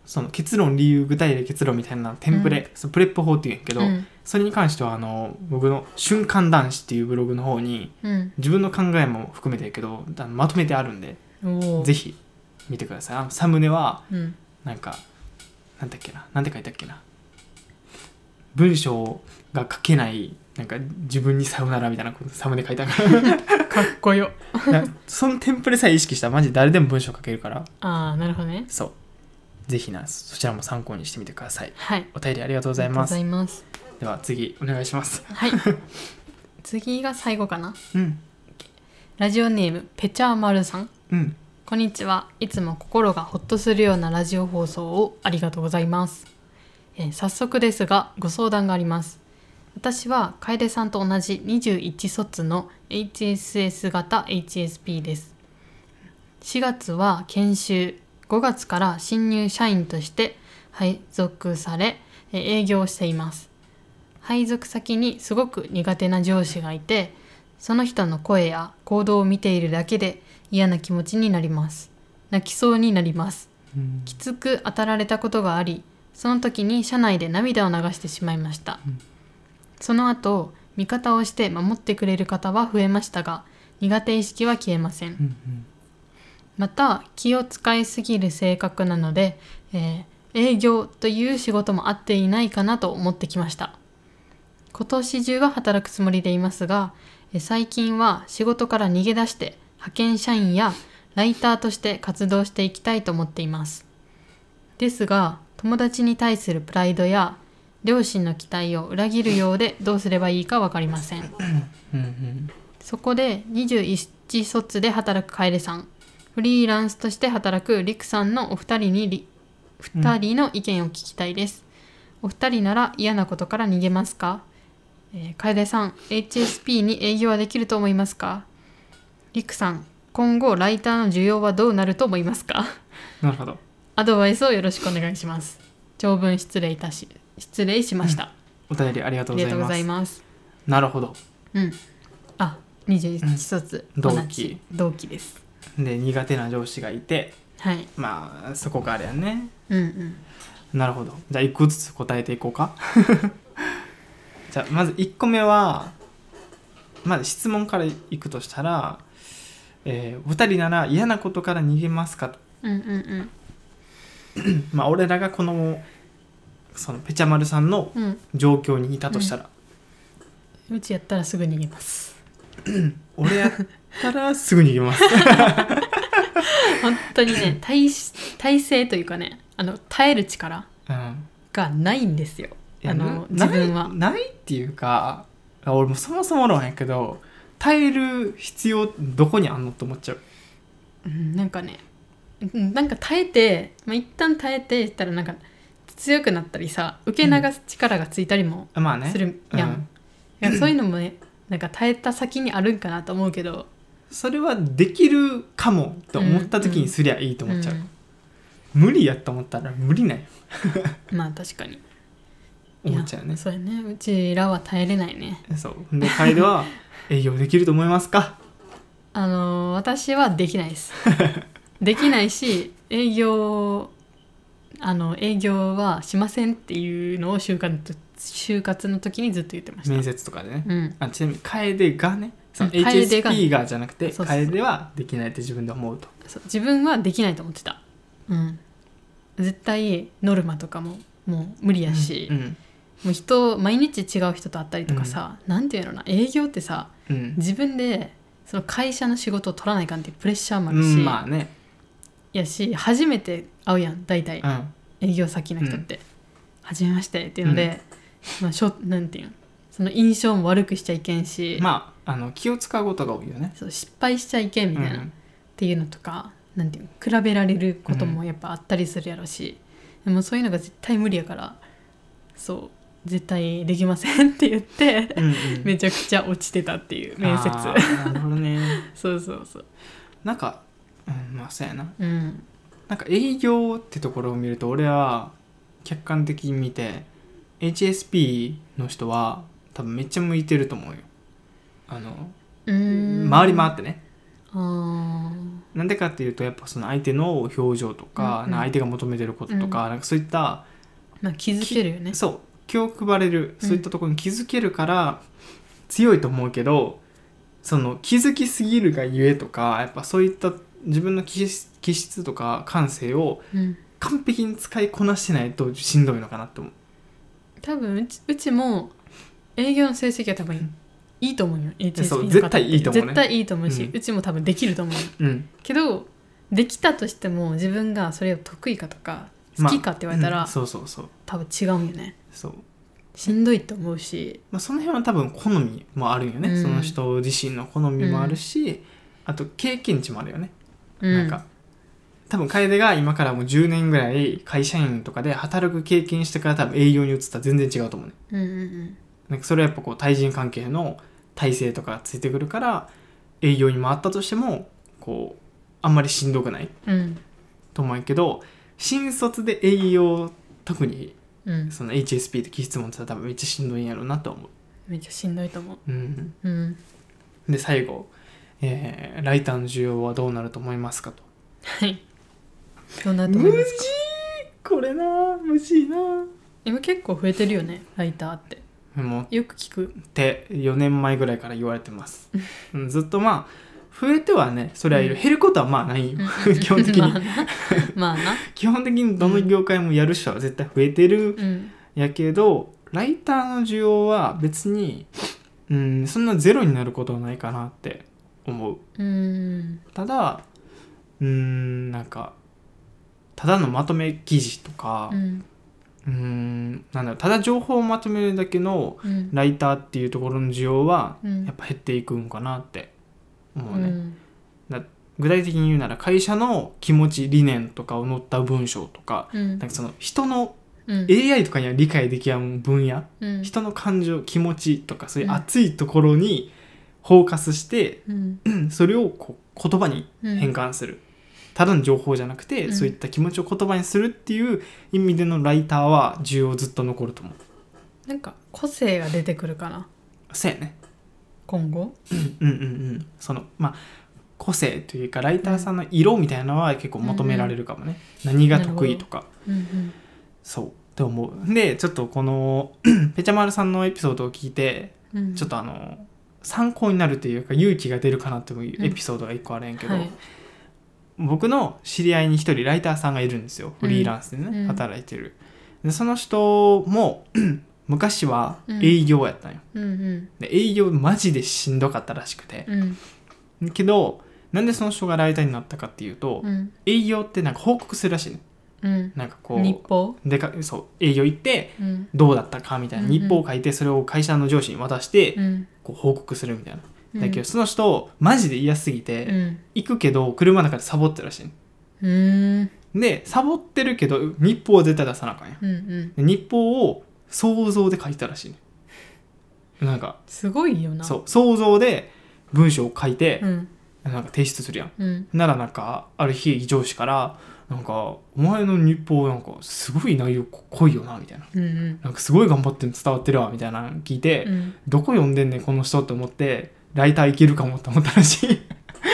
Speaker 1: その結論理由具体例結論みたいなテンプレ、そのプレップ法っていうんやけど、
Speaker 2: うん
Speaker 1: それに関してはあの僕の「瞬間男子」っていうブログの方に
Speaker 2: うん
Speaker 1: 自分の考えも含めてやけどあのまとめてあるんで
Speaker 2: おー
Speaker 1: ぜひ見てくださいあのサムネは
Speaker 2: うん
Speaker 1: なんかなんだっけななんて書いたっけな文章が書けないなんか自分にさよならみたいなことサムネ書いたから
Speaker 2: かっこよ
Speaker 1: なそのテンプレさえ意識したらマジ誰でも文章書けるから
Speaker 2: ああなるほどね
Speaker 1: そうぜひなそちらも参考にしてみてください
Speaker 2: はい
Speaker 1: お便りありがとう
Speaker 2: ご
Speaker 1: ございます
Speaker 2: ざいます
Speaker 1: では次お願いします
Speaker 2: はい 次が最後かな
Speaker 1: うん
Speaker 2: ラジオネームペチャーマルさん
Speaker 1: うん
Speaker 2: こんにちは。いつも心がほっとするようなラジオ放送をありがとうございます。えー早速ですが、ご相談があります。私は楓さんと同じ21卒の HSS 型 HSP です。4月は研修、5月から新入社員として配属され、えー営業をしています。配属先にすごく苦手な上司がいて、その人の声や行動を見ているだけで嫌な気持ちになります。泣きそうになります。
Speaker 1: うん
Speaker 2: きつく当たられたことがありその時に車内で涙を流してしまいました、
Speaker 1: うん
Speaker 2: その後味方をして守ってくれる方は増えましたが苦手意識は消えません
Speaker 1: うん
Speaker 2: また気を使いすぎる性格なので、えー営業という仕事も合っていないかなと思ってきました今年中は働くつもりでいますがえー最近は仕事から逃げ出して派遣社員やライターとして活動していきたいと思っていますですが友達に対するプライドや両親の期待を裏切るようでどうすればいいか分かりません
Speaker 1: うんうん
Speaker 2: そこで21卒で働く楓さんフリーランスとして働くりくさんのお二人にり二人の意見を聞きたいです、お二人なら嫌なことから逃げますか、えー、楓さん HSP に営業はできると思いますかりくさん今後ライターの需要はどうなると思いますか
Speaker 1: なるほど
Speaker 2: アドバイスをよろしくお願いします長文失礼いたし失礼しました、
Speaker 1: お便りありがと
Speaker 2: あ
Speaker 1: うご
Speaker 2: り
Speaker 1: ざい
Speaker 2: がとうご
Speaker 1: ま
Speaker 2: ざい
Speaker 1: す
Speaker 2: ます
Speaker 1: なるほど
Speaker 2: うんあ21卒、
Speaker 1: うん
Speaker 2: 同
Speaker 1: 同
Speaker 2: じ
Speaker 1: 期
Speaker 2: 同期です
Speaker 1: で苦手な上司がいて
Speaker 2: はい。
Speaker 1: まあそこがあれやね
Speaker 2: うんうん。
Speaker 1: なるほどじゃあ一個ずつ答えていこうか じゃあまず1個目はまず質問からいくとしたら、えーお二人なら嫌なことから逃げますかと
Speaker 2: うんうん
Speaker 1: まあ俺らがこのそのペチャマルさんの
Speaker 2: うん。うん。
Speaker 1: 状況にいたとしたら、
Speaker 2: うちやったらすぐ逃げます。
Speaker 1: 俺やったらすぐ逃げます
Speaker 2: 本当に ね、体し体勢というかね、あの耐える力
Speaker 1: うん
Speaker 2: がないんですよ。
Speaker 1: いや
Speaker 2: あの
Speaker 1: な
Speaker 2: 自分は
Speaker 1: ないないっていうか俺もそもそも論やけど耐える必要どこにあんのと思っちゃう
Speaker 2: うんなんかね、うんなんか耐えて、まあ一旦耐えてしたらなんか強くなったりさ、受け流す力がついたりも
Speaker 1: まあね
Speaker 2: するやん。
Speaker 1: うん
Speaker 2: いやそういうのもね、なんか耐えた先にあるんかなと思うけど。
Speaker 1: それはできるかもと思った時にすりゃいいと思っちゃう、無理やと思ったら無理ない
Speaker 2: うんまあ確かに。
Speaker 1: 思っちゃう
Speaker 2: い
Speaker 1: ね
Speaker 2: やそうやね。うちらは耐えれないね。
Speaker 1: そうで楓は 営業できると思いますか
Speaker 2: あのー私はできないです できないし営業あの営業はしませんっていうのを就活と就活の時にずっと言ってました
Speaker 1: 面接とかでね、
Speaker 2: うん
Speaker 1: あちなみに楓がねその
Speaker 2: うん楓が
Speaker 1: HSP がじゃなくて
Speaker 2: そうそうそう
Speaker 1: 楓はできないって自分で思うと
Speaker 2: そう自分はできないと思ってたうん絶対ノルマとかももう無理やし、
Speaker 1: うん
Speaker 2: もう人毎日違う人と会ったりとかさ、なんていうのかな営業ってさ
Speaker 1: うん、
Speaker 2: 自分でその会社の仕事を取らないかんっていうプレッシャーもある
Speaker 1: う
Speaker 2: し、
Speaker 1: ん、まあね、
Speaker 2: やし初めて会うやん大体、
Speaker 1: うん、
Speaker 2: 営業先の人って「は、じ、めまして」っていうので、まあ、しょなんていうのその印象も悪くしちゃいけんし、
Speaker 1: まああの気を使うことが多いよね
Speaker 2: そう失敗しちゃいけんみたい
Speaker 1: う
Speaker 2: な、
Speaker 1: ん
Speaker 2: っていうのとかなんていうの比べられることもやっぱあったりするやろし、でもそういうのが絶対無理やからそう絶対できませんって言って
Speaker 1: うんうん
Speaker 2: めちゃくちゃ落ちてたっていう面接
Speaker 1: あーなるほどね
Speaker 2: そうそうそう
Speaker 1: なんか、うん、まあそうやな
Speaker 2: うん
Speaker 1: なんか営業ってところを見ると俺は客観的に見て HSP の人は多分めっちゃ向いてると思うよあの
Speaker 2: うーん
Speaker 1: 回り回ってね
Speaker 2: あ
Speaker 1: なんでかっていうとやっぱその相手の表情とか、
Speaker 2: うんう
Speaker 1: な
Speaker 2: ん
Speaker 1: んか相手が求めてることとか,、なんかそういった
Speaker 2: ーまあ気づけるよね
Speaker 1: そう気を配れるそういったところに気づけるから強いと思うけど、その気づきすぎるがゆえとかやっぱそういった自分の気質気質とか感性を
Speaker 2: うん
Speaker 1: 完璧に使いこなしてないとしんどいのかなって思う
Speaker 2: 多分うちうちも営業の成績は多分いいと思うよ HSP
Speaker 1: そう
Speaker 2: の方って
Speaker 1: 絶対いいと思うね
Speaker 2: 絶対いいと思うし、
Speaker 1: うん
Speaker 2: うちも多分できると思うよ
Speaker 1: うん
Speaker 2: けどできたとしても自分がそれを得意かとか好きかって言われたら、
Speaker 1: うんそうそうそう
Speaker 2: 多分違うんよね
Speaker 1: そう、
Speaker 2: しんどいって思うし
Speaker 1: まあ、その辺は多分好みもあるんよね、
Speaker 2: うん
Speaker 1: その人自身の好みもあるし、あと経験値もあるよね、
Speaker 2: うん
Speaker 1: なんか多分楓が今からもう10年ぐらい会社員とかで働く経験してから多分営業に移ったら全然違うと思うね
Speaker 2: うんうん
Speaker 1: なんかそれはやっぱこう対人関係の体制とかがついてくるから営業に回ったとしてもこうあんまりしんどくない
Speaker 2: うんうん
Speaker 1: と思うけど新卒で栄養特に
Speaker 2: うん
Speaker 1: その HSP と気質持ってたら多分めっちゃしんどいんやろうなと思
Speaker 2: めっちゃしんどいと思う
Speaker 1: う、うん、
Speaker 2: うん
Speaker 1: で最後、えーライターの需要はどうなると思いますかと
Speaker 2: はいどんなと思いますか
Speaker 1: これなむしいな
Speaker 2: 今結構増えてるよねライターって
Speaker 1: もう
Speaker 2: よく聞く
Speaker 1: って4年前ぐらいから言われてますうんずっとまあ増えてはねそれはいる、
Speaker 2: うん
Speaker 1: 減ることはまあないよ 基本的
Speaker 2: まあ
Speaker 1: に
Speaker 2: なまあな
Speaker 1: 基本的にどの業界もやる人は絶対増えてる
Speaker 2: うん
Speaker 1: やけどライターの需要は別にうんそんなゼロになることはないかなって思う
Speaker 2: うん
Speaker 1: ただうんなんかただのまとめ記事とか
Speaker 2: うん
Speaker 1: うんなんだろうただ情報をまとめるだけの
Speaker 2: うん
Speaker 1: ライターっていうところの需要は
Speaker 2: うん
Speaker 1: やっぱ減っていくんかなって思
Speaker 2: う
Speaker 1: うね、
Speaker 2: ん
Speaker 1: 具体的に言うなら会社の気持ち理念とかを載った文章とか
Speaker 2: うん
Speaker 1: なんかその人の
Speaker 2: うん
Speaker 1: AI とかには理解でき合う分野
Speaker 2: うん
Speaker 1: 人の感情気持ちとかそういう熱いところにフォーカスして、
Speaker 2: うん
Speaker 1: うんそれをこう言葉に変換する、ただの情報じゃなくて、
Speaker 2: うん
Speaker 1: そういった気持ちを言葉にするっていう意味でのライターは需要ずっと残ると思う
Speaker 2: なんか個性が出てくるかな
Speaker 1: そうやね
Speaker 2: 今後
Speaker 1: うんうんうんそのまあ個性というかライターさんの色みたいなのは結構求められるかもね、何が得意とか
Speaker 2: うん
Speaker 1: そうって思うでちょっとこの ぺちゃまるさんのエピソードを聞いて
Speaker 2: うんうん
Speaker 1: ちょっとあの参考になるというか勇気が出るかなっていうエピソードが一個あるんやけど、
Speaker 2: はい
Speaker 1: 僕の知り合いに一人ライターさんがいるんですよフリーランスでね、
Speaker 2: うん
Speaker 1: 働いてるでその人も 昔は
Speaker 2: うん
Speaker 1: 営業やったんよ、
Speaker 2: うん
Speaker 1: で営業マジでしんどかったらしくて
Speaker 2: うんうん
Speaker 1: けどなんでその人がライターになったかっていうと、
Speaker 2: うん
Speaker 1: 営業ってなんか報告するらしいね
Speaker 2: うん
Speaker 1: なんかこ
Speaker 2: 日
Speaker 1: う
Speaker 2: 報
Speaker 1: でかそう営業行って
Speaker 2: うん
Speaker 1: どうだったかみたいな
Speaker 2: うんうん
Speaker 1: 日報を書いてそれを会社の上司に渡して
Speaker 2: うん
Speaker 1: こう報告するみたいな
Speaker 2: うん
Speaker 1: だけどその人マジで嫌すぎて、
Speaker 2: うん
Speaker 1: 行くけど車の中でサボってるらしいね
Speaker 2: うーん
Speaker 1: でサボってるけど日報は絶対出さなあかんや
Speaker 2: うんうん
Speaker 1: で日報を想像で書いたらしいねなんか
Speaker 2: すごいよな
Speaker 1: そう想像で文章を書いて
Speaker 2: う、ん
Speaker 1: なんか提出するやん
Speaker 2: うん
Speaker 1: ならなんかある日上司からなんかお前の日報なんかすごい内容濃いよなみたいな
Speaker 2: うんうん
Speaker 1: なんかすごい頑張ってるの伝わってるわみたいなの聞いて、
Speaker 2: うん
Speaker 1: どこ読んでんねんこの人って思ってライターいけるかもって思ったらしい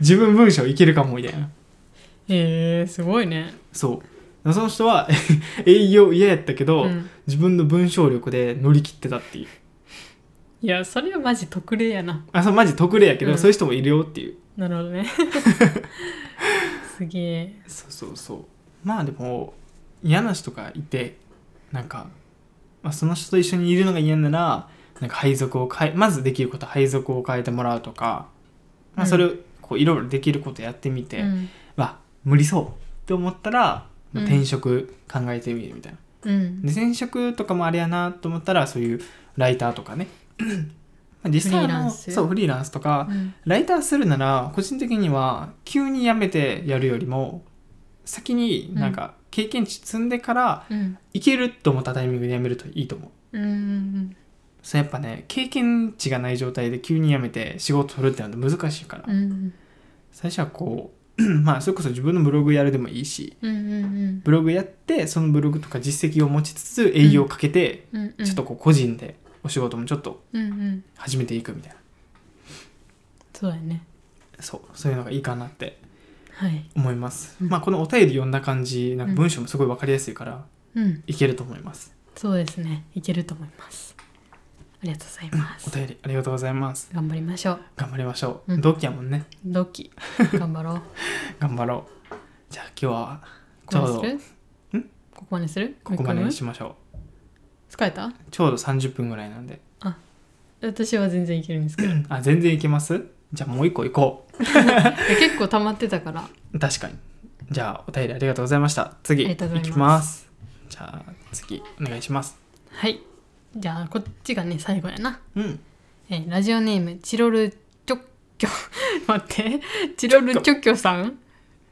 Speaker 1: 自分文章いけるかもみたいな
Speaker 2: へえすごいね
Speaker 1: そうその人は 営業嫌やったけど、
Speaker 2: うん
Speaker 1: 自分の文章力で乗り切ってたっていう
Speaker 2: いやそれはマジ特例やな
Speaker 1: あそうマジ特例やけど、
Speaker 2: うん
Speaker 1: そういう人もいるよっていう
Speaker 2: なる ほどねすげえ
Speaker 1: そうそうそうまあでも嫌な人がいてなんか、まあ、その人と一緒にいるのが嫌ならなんか配属を変えまずできることは配属を変えてもらうとか、まあ、
Speaker 2: うん
Speaker 1: それをこういろいろできることやってみて、
Speaker 2: うん
Speaker 1: わ無理そうって思ったら、まあ
Speaker 2: うん
Speaker 1: 転職考えてみるみたいな、
Speaker 2: うん
Speaker 1: で転職とかもあれやなと思ったらそういうライターとかねまあ実際あの
Speaker 2: フリーランス
Speaker 1: そうフリーランスとか
Speaker 2: うん
Speaker 1: ライターするなら個人的には急に辞めてやるよりも先になんか経験値積んでから
Speaker 2: うん
Speaker 1: いけると思ったタイミングで辞めるといいと思う
Speaker 2: うん
Speaker 1: そうやっぱね経験値がない状態で急に辞めて仕事取るってなると難しいから、
Speaker 2: うんうん
Speaker 1: 最初はこう まあそれこそ自分のブログやるでもいいし
Speaker 2: うんうん
Speaker 1: ブログやってそのブログとか実績を持ちつつ営業をかけて、
Speaker 2: うんうん
Speaker 1: ちょっとこう個人でお仕事もちょっと
Speaker 2: うんうん
Speaker 1: 始めていくみたいな
Speaker 2: そうやね
Speaker 1: そうそういうのがいいかなって
Speaker 2: はい
Speaker 1: 思います、
Speaker 2: うん
Speaker 1: まあこのお便り読んだ感じなんか文章もすごい分かりやすいから
Speaker 2: うん
Speaker 1: いけると思います、
Speaker 2: そうですねいけると思いますありがとうございま
Speaker 1: お
Speaker 2: す
Speaker 1: 便りありがとうございます
Speaker 2: 頑張りましょう
Speaker 1: 頑張りましょう、
Speaker 2: うん
Speaker 1: 同期やもんね
Speaker 2: 同期頑張ろう
Speaker 1: 頑張ろうじゃあ今日は
Speaker 2: ここまです
Speaker 1: ちょう
Speaker 2: るここまでする
Speaker 1: ここまで
Speaker 2: もう
Speaker 1: に
Speaker 2: 一
Speaker 1: しましょ
Speaker 2: 回も疲れた
Speaker 1: うちょうど30分ぐらいなんで
Speaker 2: 私は全然いけるんですけどい
Speaker 1: あ全然いけますじゃあもう一個いこ
Speaker 2: や結構溜まってたから
Speaker 1: う確かにじゃあお便りありがとうございました次
Speaker 2: ありがとうございます
Speaker 1: きますじゃあ次お願いします
Speaker 2: はいじゃあこっちがね最後やな
Speaker 1: うん
Speaker 2: えーラジオネームチロルチョッキョ待ってチロルチョッキョさん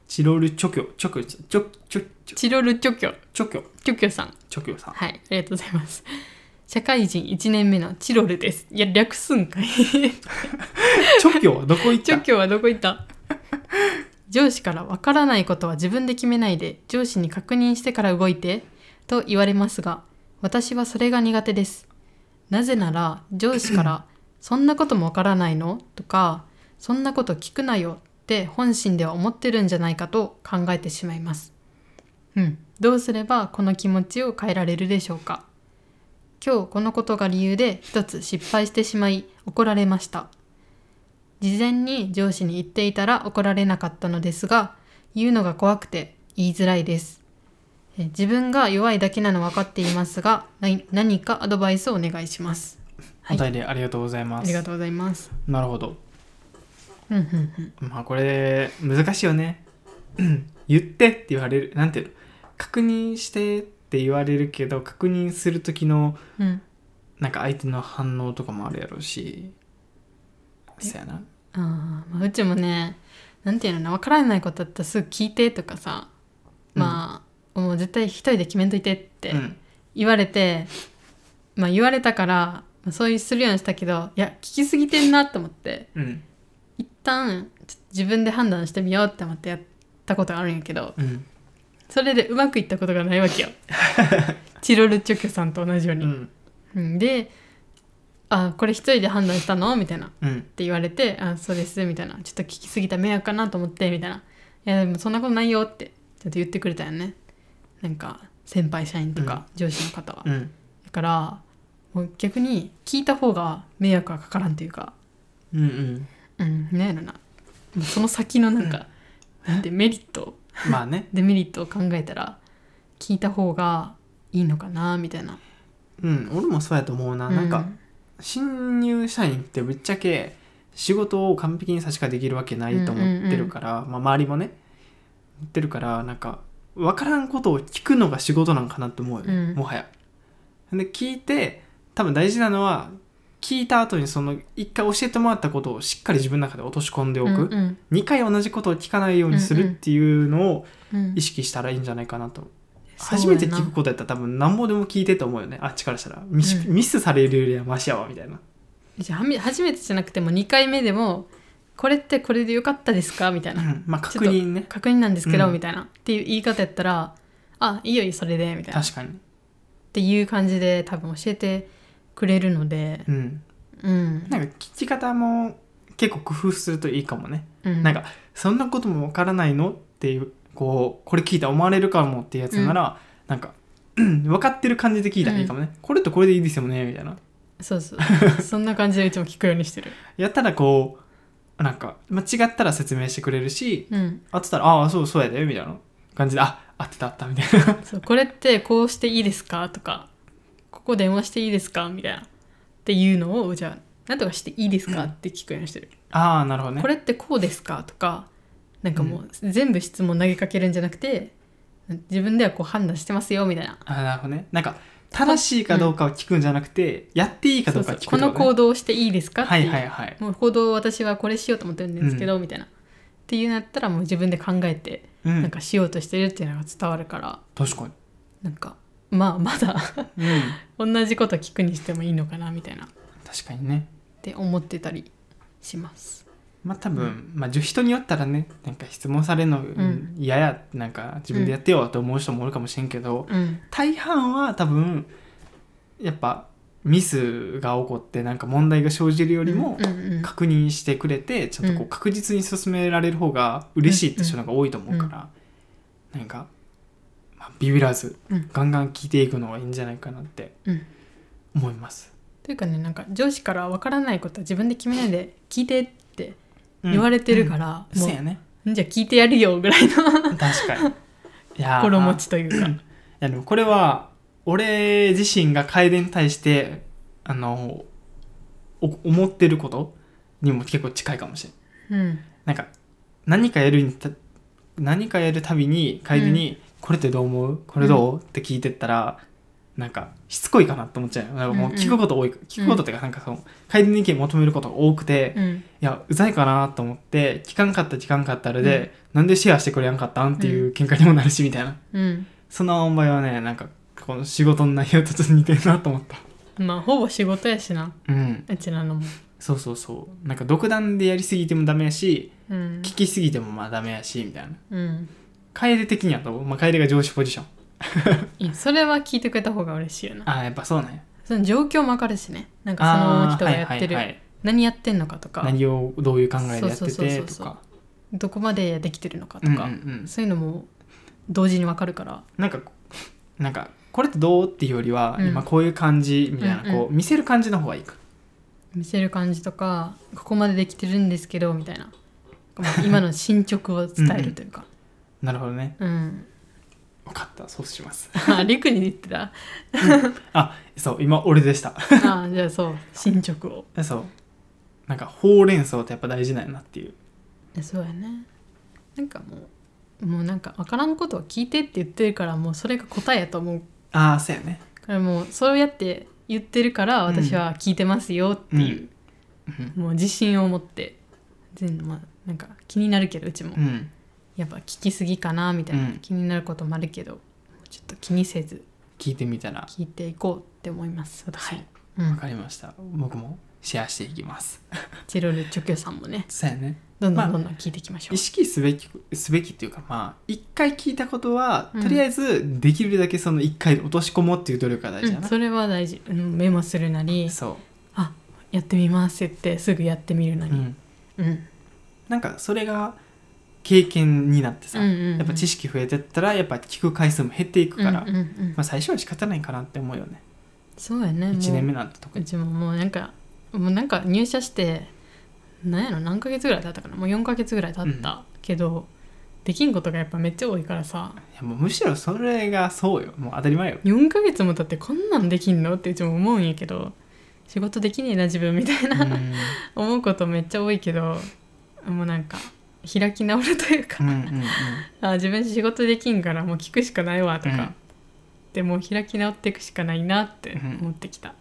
Speaker 1: チロルチョキョチョキョチョチョチョ
Speaker 2: チロルチョッキョ
Speaker 1: チョキョ
Speaker 2: チョッキョさん
Speaker 1: チョキョさん
Speaker 2: はいありがとうございます社会人1年目のチロルですいや略すんかい
Speaker 1: チョキョはどこ行っ
Speaker 2: チ
Speaker 1: た
Speaker 2: ョッキョはどこ行った上司からわからないことは自分で決めないで上司に確認してから動いてと言われますが私はそれが苦手ですなぜなら上司から「そんなこともわからないの?」とか「そんなこと聞くなよ」って本心では思ってるんじゃないかと考えてしまいますうんどうすればこの気持ちを変えられるでしょうか今日このことが理由で一つ失敗してしまい怒られました事前に上司に言っていたら怒られなかったのですが言うのが怖くて言いづらいですえ自分が弱いだけなの分かっていますがな何かアドバイスをお願いしますは
Speaker 1: お
Speaker 2: い
Speaker 1: 便りありがとうございます
Speaker 2: ありがとうございます
Speaker 1: なるほど
Speaker 2: うんうんうん
Speaker 1: まあこれ難しいよね うん言ってって言われるなんていうの確認してって言われるけど確認する時の
Speaker 2: うん
Speaker 1: なんか相手の反応とかもあるやろうしそやな
Speaker 2: あーまあうちもねなんていうのかな分からないことだったらすぐ聞いてとかさまあ、もう絶対一人で決めんといてって
Speaker 1: うん
Speaker 2: 言われて、まあ言われたからまあそういうするようにしたけどいや聞きすぎてんなと思って
Speaker 1: うん
Speaker 2: 一旦ちょっと自分で判断してみようって思ってやったことがあるんやけど
Speaker 1: うん
Speaker 2: それでうまくいったことがないわけよ チロルチョキョさんと同じよう
Speaker 1: う
Speaker 2: に、
Speaker 1: ん
Speaker 2: うんで「あこれ一人で判断したの?」みたいなっ
Speaker 1: うん
Speaker 2: て言われて「あそうです」みたいな「ちょっと聞きすぎた迷惑かなと思って」みたいな「いやでもそんなことないよ」ってちょっと言ってくれたよねなんか先輩社員とか上司の方は、
Speaker 1: うん
Speaker 2: だからもう逆に聞いた方が迷惑はかからんというか
Speaker 1: うんうん
Speaker 2: うん、なんやろなもうその先のなんか、なんてメリット
Speaker 1: まあね
Speaker 2: デメリットを考えたら聞いた方がいいのかなみたいな。
Speaker 1: うん俺もそうやと思うな、なんか新入社員ってぶっちゃけ仕事を完璧に差し替えできるわけないと思ってるから、まあ、周りもね言ってるからなんか分からんことを聞くのが仕事なんかなって思うよね、
Speaker 2: うん
Speaker 1: もはや。で聞いて多分大事なのは聞いた後にその一回教えてもらったことをしっかり自分の中で落とし込んでお
Speaker 2: うん
Speaker 1: く、
Speaker 2: うん
Speaker 1: 二2回同じことを聞かないようにするっていうのを
Speaker 2: うん
Speaker 1: 意識したらいいんじゃないかなと
Speaker 2: そう
Speaker 1: 初
Speaker 2: やな
Speaker 1: めて聞くことやったら多分何ぼでも聞いてと思うよねあっちからしたらミス,、
Speaker 2: うん
Speaker 1: ミスされるよりはマシやわみたいな
Speaker 2: じゃあはみ初めてじゃなくても2回目でも「これってこれでよかったですか?」みたいな
Speaker 1: うんまあ確認ね
Speaker 2: 「確認なんですけど」
Speaker 1: うん
Speaker 2: みたいなっていう言い方やったら「あいいよいいよそれで」みたいなっ
Speaker 1: 確かに
Speaker 2: ていう感じで多分教えてくれるので、
Speaker 1: うん
Speaker 2: うん、
Speaker 1: なんか聞き方も結構工夫するといいかもね、
Speaker 2: うん
Speaker 1: なんかそんなこともわからないのっていうこうこれ聞いたら思われるかもっていうやつなら、なんかうん分かってる感じで聞いたらいいかもね、これとこれでいいですよねみたいな
Speaker 2: そうそうそんな感じでうちも聞くようにしてる。
Speaker 1: やったらこうなんか間違ったら説明してくれるし
Speaker 2: うん
Speaker 1: 合ってたらああそうそうやでみたいな感じであ合ってた合ったみた いな
Speaker 2: そうこれってこうしていいですかとかここ電話していいですかみたいなっていうのをじゃあ何とかしていいですかって聞くようにしてる、
Speaker 1: ああなるほどね
Speaker 2: これってこうですかとかなんかもう全部質問投げかけるんじゃなくて自分ではこう判断してますよみたいな
Speaker 1: あなるほどねなんか正しいかどうかを聞くんじゃなくて、やっていいかどうか聞く
Speaker 2: そうそうこの
Speaker 1: 動
Speaker 2: 行動をしていいですかって
Speaker 1: はいいうはいはい
Speaker 2: もう行動を私はこれしようと思ってるんですけど、みたいなっていうなったらもう自分で考えて
Speaker 1: うん
Speaker 2: なんかしようとしてるっていうのが伝わるから、
Speaker 1: 確か
Speaker 2: なんかまあまだ
Speaker 1: に、うん、
Speaker 2: 同じこと聞くにしてもいいのかなみたいなっ
Speaker 1: 確かにね
Speaker 2: て思ってたりします。
Speaker 1: まあ多分、まあ、じゅ人によったらねなんか質問されるの
Speaker 2: ん
Speaker 1: 嫌や,、なんか自分でやってよと思う人もおるかもしれんけど、
Speaker 2: うん、
Speaker 1: 大半は多分やっぱミスが起こってなんか問題が生じるよりも、
Speaker 2: うんうんうん
Speaker 1: 確認してくれてちゃんとこ
Speaker 2: う
Speaker 1: うん確実に進められる方が嬉しいって人の方が多いと思うから、なんか、まあ、ビビらず、
Speaker 2: うん
Speaker 1: ガンガン聞いていくのがいいんじゃないかなって
Speaker 2: うん
Speaker 1: 思います。、
Speaker 2: というかねなんか上司から分からないことは自分で決めないで聞いてって言われてるからら、
Speaker 1: うん
Speaker 2: も
Speaker 1: そうやね
Speaker 2: うじゃあ聞いてやるよぐらいの
Speaker 1: 確かにいやー
Speaker 2: 心持ちというか。
Speaker 1: いやでもこれは俺自身が楓に対してあのお思ってることにも結構近いかもしれない
Speaker 2: うん
Speaker 1: なんか何かやるにた何かやるたびに楓に、これってどう思うこれどう?」って聞いてったらなんかしつこいかなと思っちゃうよなんかもう聞くこと多い、聞くことっていうかなんかその楓の意見求めることが多くて、い
Speaker 2: うん
Speaker 1: やうざいかなと思って聞かんかった聞かんかったあれで、なんでシェアしてくれやんかったんっていう喧嘩にもなるしみたいな。
Speaker 2: うん
Speaker 1: その塩梅はねなんかこの仕事の内容とちょっと似てるなと思った
Speaker 2: まあほぼ仕事やしな
Speaker 1: うん
Speaker 2: うちらのも。
Speaker 1: そうそうそうなんか独断でやりすぎてもダメやし
Speaker 2: うん
Speaker 1: 聞きすぎてもまあダメやしみたいな
Speaker 2: うん
Speaker 1: 楓的にはどう、まあ、楓が上司ポジション
Speaker 2: いやそれは聞いてくれた方が嬉しいよな
Speaker 1: ああやっぱそうなんや
Speaker 2: その状況も分かるしねなんか
Speaker 1: あー
Speaker 2: その人がやってる、
Speaker 1: はいはいはい
Speaker 2: 何やってんのかとか
Speaker 1: 何をどういう考えでやっ
Speaker 2: そう
Speaker 1: て
Speaker 2: そうそう
Speaker 1: て
Speaker 2: そう
Speaker 1: と
Speaker 2: そう
Speaker 1: か
Speaker 2: どこまでできてるのかと
Speaker 1: うんうんう
Speaker 2: か、
Speaker 1: ん
Speaker 2: そういうのも同時に分かるから
Speaker 1: なんかなんかこれってどうっていうよりは、
Speaker 2: うん
Speaker 1: 今こういう感じみたいな、
Speaker 2: うんうん
Speaker 1: こう見せる感じの方がいいか
Speaker 2: 見せる感じとかここまでできてるんですけどみたいなまあ今の進捗を伝えるというか
Speaker 1: なるほどね
Speaker 2: うん、
Speaker 1: 分かったそうします
Speaker 2: あリクに言ってた
Speaker 1: あそう今俺でした
Speaker 2: あじゃあそう進捗を
Speaker 1: そうなんかほうれん草ってやっぱ大事なんやなっていう
Speaker 2: えそうやねなんかもうもうなんか分からんことは聞いてって言ってるからもうそれが答えやと思う
Speaker 1: ああそうやね
Speaker 2: これもうそうやって言ってるから
Speaker 1: うん
Speaker 2: 私は聞いてますよっていう、もう自信を持って全まあなんか気になるけどうちも、
Speaker 1: うん
Speaker 2: やっぱ聞きすぎかなみたいな、
Speaker 1: うん
Speaker 2: 気になることもあるけどちょっと気にせず
Speaker 1: 聞いてみたら
Speaker 2: 聞いていこうって思います私、
Speaker 1: そう
Speaker 2: う
Speaker 1: わ
Speaker 2: ん、
Speaker 1: かりました僕もシェアしていきます
Speaker 2: チロルチョキョさんもね
Speaker 1: そうやね
Speaker 2: どんど
Speaker 1: ま
Speaker 2: ん
Speaker 1: あ
Speaker 2: どんどん聞いていきましょう
Speaker 1: 意、識すべきすべきっていうかまあ一回聞いたことは、
Speaker 2: うん
Speaker 1: とりあえずできるだけその一回落とし込もうっていう努力が大事だ
Speaker 2: うん、
Speaker 1: な、
Speaker 2: それは大事、うん、メモするなり
Speaker 1: そ
Speaker 2: あやってみますって言ってすぐやってみるな
Speaker 1: う、
Speaker 2: り、
Speaker 1: うん、
Speaker 2: うんうん
Speaker 1: なんかそれが経験になってさ、
Speaker 2: うんうんうん
Speaker 1: やっぱ知識増えてったらやっぱ聞く回数も減っていくから、
Speaker 2: うんうんうん
Speaker 1: まあ、最初は仕方ないかなって思うよね
Speaker 2: そうやねもう
Speaker 1: 1年目なんて特
Speaker 2: う
Speaker 1: に
Speaker 2: ちももうなんかもうなんか入社して何やろ何ヶ月ぐらい経ったかなもう4ヶ月ぐらい経ったけど、できんことがやっぱめっちゃ多いからさ
Speaker 1: いやもうむしろそれがそうよもう当たり前よ
Speaker 2: 4ヶ月も経ってこんなんできんのってうちも思うんやけど仕事できねえな自分みたいな、思うことめっちゃ多いけどもうなんか開き直るというか、
Speaker 1: うんうんうんうん
Speaker 2: あ自分仕事できんからもう聞くしかないわとか、
Speaker 1: うん
Speaker 2: でもう開き直っていくしかないなって思ってきた。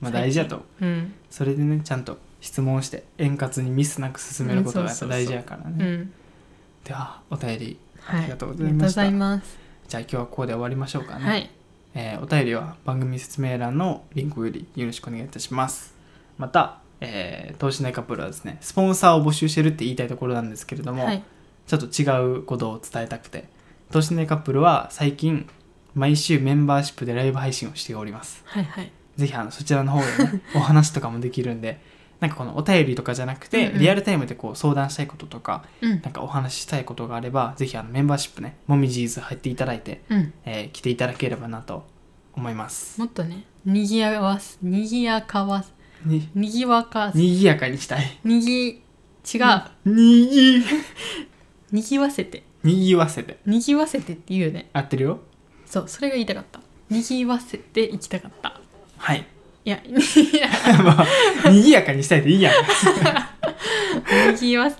Speaker 1: まあ大事だと
Speaker 2: うん
Speaker 1: それでねちゃんと質問して円滑にミスなく進めることがやっぱ大事やから
Speaker 2: う
Speaker 1: ね
Speaker 2: ん
Speaker 1: ではお便り
Speaker 2: はい、
Speaker 1: ありがとうございました
Speaker 2: ありがとうございます
Speaker 1: じゃあ今日はここで終わりましょうかね、
Speaker 2: はい
Speaker 1: えーお便りは番組説明欄のリンクよりよろしくお願いいたしますまた、えー投資内カップルはですねスポンサーを募集してるって言いたいところなんですけれども、
Speaker 2: はい
Speaker 1: ちょっと違うことを伝えたくて投資内カップルは最近毎週メンバーシップでライブ配信をしております
Speaker 2: はいはい
Speaker 1: ぜひあのそちらの方で ねお話とかもできるんでなんかこのお便りとかじゃなくて、
Speaker 2: うんうん
Speaker 1: リアルタイムでこう相談したいこととか
Speaker 2: うん
Speaker 1: なんかお話ししたいことがあればぜひあのメンバーシップねもみじーず入っていただいて、
Speaker 2: うん
Speaker 1: えー来ていただければなと思います
Speaker 2: もっとねにぎやわすにぎやかわす
Speaker 1: に
Speaker 2: にぎわかす
Speaker 1: にぎやかにしたい
Speaker 2: にぎ違う
Speaker 1: にぎ
Speaker 2: にぎわせて
Speaker 1: にぎわせて
Speaker 2: にぎわせてって言うよね
Speaker 1: 合ってるよ
Speaker 2: そうそれが言いたかったにぎわせていきたかった
Speaker 1: はい
Speaker 2: いや いや
Speaker 1: まあにぎやかにしたいでいいやん
Speaker 2: にぎわ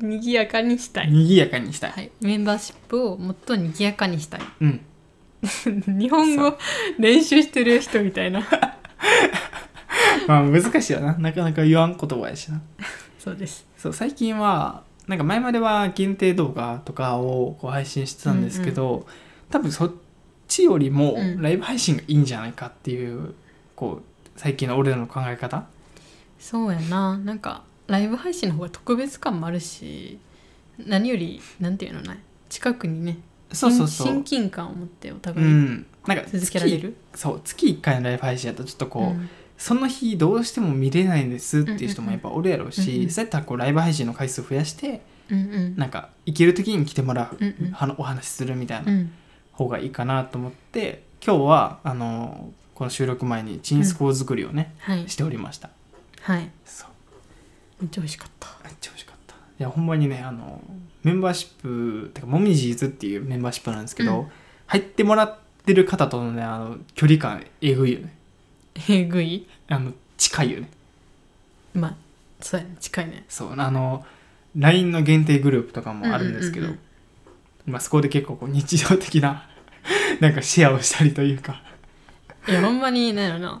Speaker 2: にぎやかにしたい
Speaker 1: にぎやかにしたい、
Speaker 2: はいメンバーシップをもっとにぎやかにしたい
Speaker 1: うん
Speaker 2: 日本語練習してる人みたいな
Speaker 1: まあ難しいよななかなか言わん言葉やしな
Speaker 2: そうです
Speaker 1: そう最近はなんか前までは限定動画とかをこう配信してたんですけど、多分そっちよりも
Speaker 2: うん
Speaker 1: ライブ配信がいいんじゃないかっていう,、こう最近の俺らの考え方
Speaker 2: そうやななんかライブ配信の方が特別感もあるし何よりなんていうのない近くにね
Speaker 1: そうそうそう
Speaker 2: 親近感を持ってお
Speaker 1: う
Speaker 2: 互い
Speaker 1: んなんか月
Speaker 2: 続けられる、
Speaker 1: そう月1回のライブ配信だとちょっとこう、
Speaker 2: うん
Speaker 1: その日どうしても見れないんですっていう人もやっぱおるやろうし、
Speaker 2: うんうんうん
Speaker 1: そうやったらこうライブ配信の回数増やして
Speaker 2: うんうん
Speaker 1: なんか行ける時に来てもらう、
Speaker 2: うんうん
Speaker 1: はなお話しするみたいな
Speaker 2: うん
Speaker 1: 方がいいかなと思って今日はあのこの収録前にチンスコー作りをね、
Speaker 2: はい
Speaker 1: しておりました
Speaker 2: はい
Speaker 1: そう
Speaker 2: めっちゃ美味しかった
Speaker 1: めっちゃ美味しかったいやほんまにねあのメンバーシップてかモミジーズっていうメンバーシップなんですけど、
Speaker 2: う
Speaker 1: 入ってもらってる方とのねあの距離感えぐいよね
Speaker 2: えぐい
Speaker 1: あの近いよね
Speaker 2: まあそうやね近いね
Speaker 1: そうあの LINE の限定グループとかもあるんですけど、
Speaker 2: うんうん
Speaker 1: まあ、そこで結構こう日常的な なんかシェアをしたりというか
Speaker 2: いやほんまに何やろな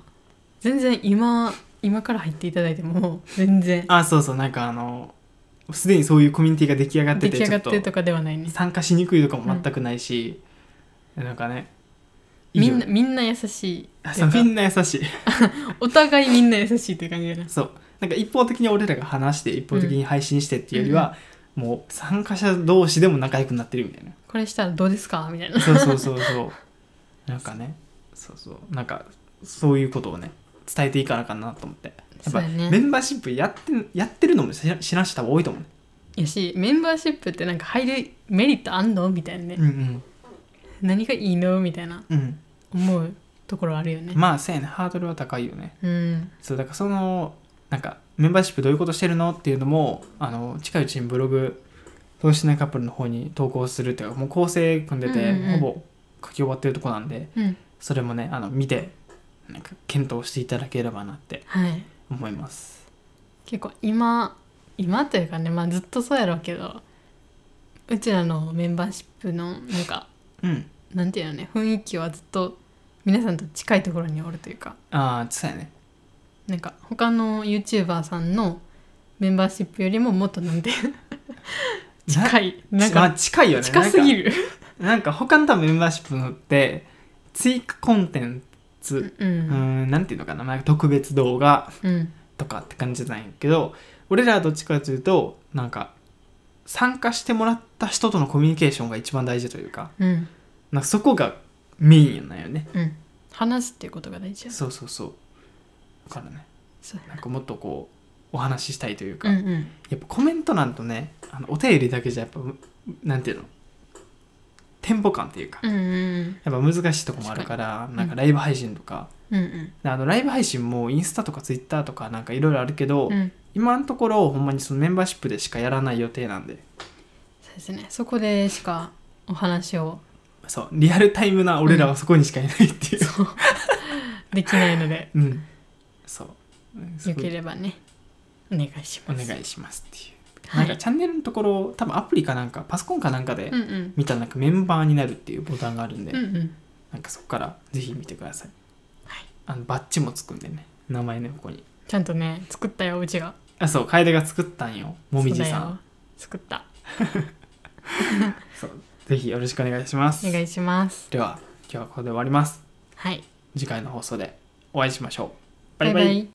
Speaker 2: 全然今今から入っていただいても全然
Speaker 1: あそうそうなんかあのすでにそういうコミュニティが出来上がって
Speaker 2: 出来
Speaker 1: て
Speaker 2: 上がっ
Speaker 1: ち
Speaker 2: て
Speaker 1: ょっと
Speaker 2: とかではないね
Speaker 1: 参加しにくいとかも全くないし、なんかねいい
Speaker 2: み
Speaker 1: よ
Speaker 2: んなみんな優しい
Speaker 1: あ
Speaker 2: って
Speaker 1: そ
Speaker 2: いううか
Speaker 1: みんな優しい
Speaker 2: お互いみんな優しいっていう感じだ な
Speaker 1: そうなんか一方的に俺らが話して一方的に配信してっていうよりは、もう参加者同士でも仲良くなってるみたいな
Speaker 2: これしたらどうですかみたいな
Speaker 1: そうそうそうそうなんかねそうそうなんかそういうことをね伝えていかなあかんなと思ってやっ
Speaker 2: そ
Speaker 1: ぱ、
Speaker 2: うやね
Speaker 1: メンバーシップやってやってるのも知ら知らん人多分多いと思うね
Speaker 2: やしメンバーシップってなんか入るメリットあんのみたいなね、
Speaker 1: うん
Speaker 2: 何がいいのみたいな
Speaker 1: うんうん
Speaker 2: 思うところあるよね、
Speaker 1: まあせやねハードルは高いよね
Speaker 2: うん
Speaker 1: そうだからそのなんかメンバーシップどういうことしてるのっていうのもあの近いうちにブログ投資しないカップルの方に投稿するっていうかもう構成組んでて、
Speaker 2: うんうんうん
Speaker 1: ほぼ書き終わってるとこなんで
Speaker 2: うん
Speaker 1: それもねあの見てなんか検討していただければなって
Speaker 2: はい
Speaker 1: 思います
Speaker 2: 結構今今というかねまあずっとそうやろうけどうちらのメンバーシップのなんか
Speaker 1: うん
Speaker 2: なんていうのね雰囲気はずっと皆さんと近いところにおるというか
Speaker 1: ああそうやね
Speaker 2: なんか他の YouTuber さんのメンバーシップよりももっとなんて近 いなん
Speaker 1: まあ
Speaker 2: か
Speaker 1: 近いよね
Speaker 2: 近すぎ
Speaker 1: る
Speaker 2: る
Speaker 1: なんかなんか他の多分メンバーシップのって追加コンテンツ
Speaker 2: う
Speaker 1: うんんなんていうのかな、まあ、特別動画
Speaker 2: うん
Speaker 1: とかって感じじゃないけど俺らはどっちかというとなんか参加してもらった人とのコミュニケーションが一番大事というか
Speaker 2: うん
Speaker 1: なんかそこがメインなんよね
Speaker 2: うん話すっていうことが大事や
Speaker 1: そうそうそうだからね
Speaker 2: そう
Speaker 1: なんかもっとこうお話ししたいというか、
Speaker 2: うん
Speaker 1: や
Speaker 2: うん
Speaker 1: っぱコメントなんとねあのお便りだけじゃやっぱなんていうのテンポ感っていうか、
Speaker 2: うんうん
Speaker 1: やっぱ難しいとこもあるから
Speaker 2: に
Speaker 1: なんかライブ配信とか、
Speaker 2: うんうん
Speaker 1: あのライブ配信もインスタとかツイッターとかなんかいろいろあるけど、
Speaker 2: うん
Speaker 1: 今のところほんまにそのメンバーシップでしかやらない予定なんで
Speaker 2: そうですねそこでしかお話を
Speaker 1: そうリアルタイムな俺らはそこにしかいないっていう、
Speaker 2: できないので
Speaker 1: うん そう
Speaker 2: よければねお願いし
Speaker 1: お
Speaker 2: ます
Speaker 1: 願いしますっていう、
Speaker 2: はい
Speaker 1: なんかチャンネルのところ多分アプリかなんかパソコンかなんかで
Speaker 2: うんうん
Speaker 1: 見たらなんかメンバーになるっていうボタンがあるんで、
Speaker 2: うんうん
Speaker 1: なんかそこからぜひ見てください、
Speaker 2: はい
Speaker 1: あのバッジもつくんでね名前ねここに
Speaker 2: ちゃんとね作ったようちが
Speaker 1: あそう楓が作ったんよもみじ
Speaker 2: そ
Speaker 1: さ
Speaker 2: うだよ
Speaker 1: ん
Speaker 2: 作った
Speaker 1: そうぜひよろしくお願いします
Speaker 2: お願いします
Speaker 1: では今日はここで終わります
Speaker 2: はい
Speaker 1: 次回の放送でお会いしましょう
Speaker 2: バイバイ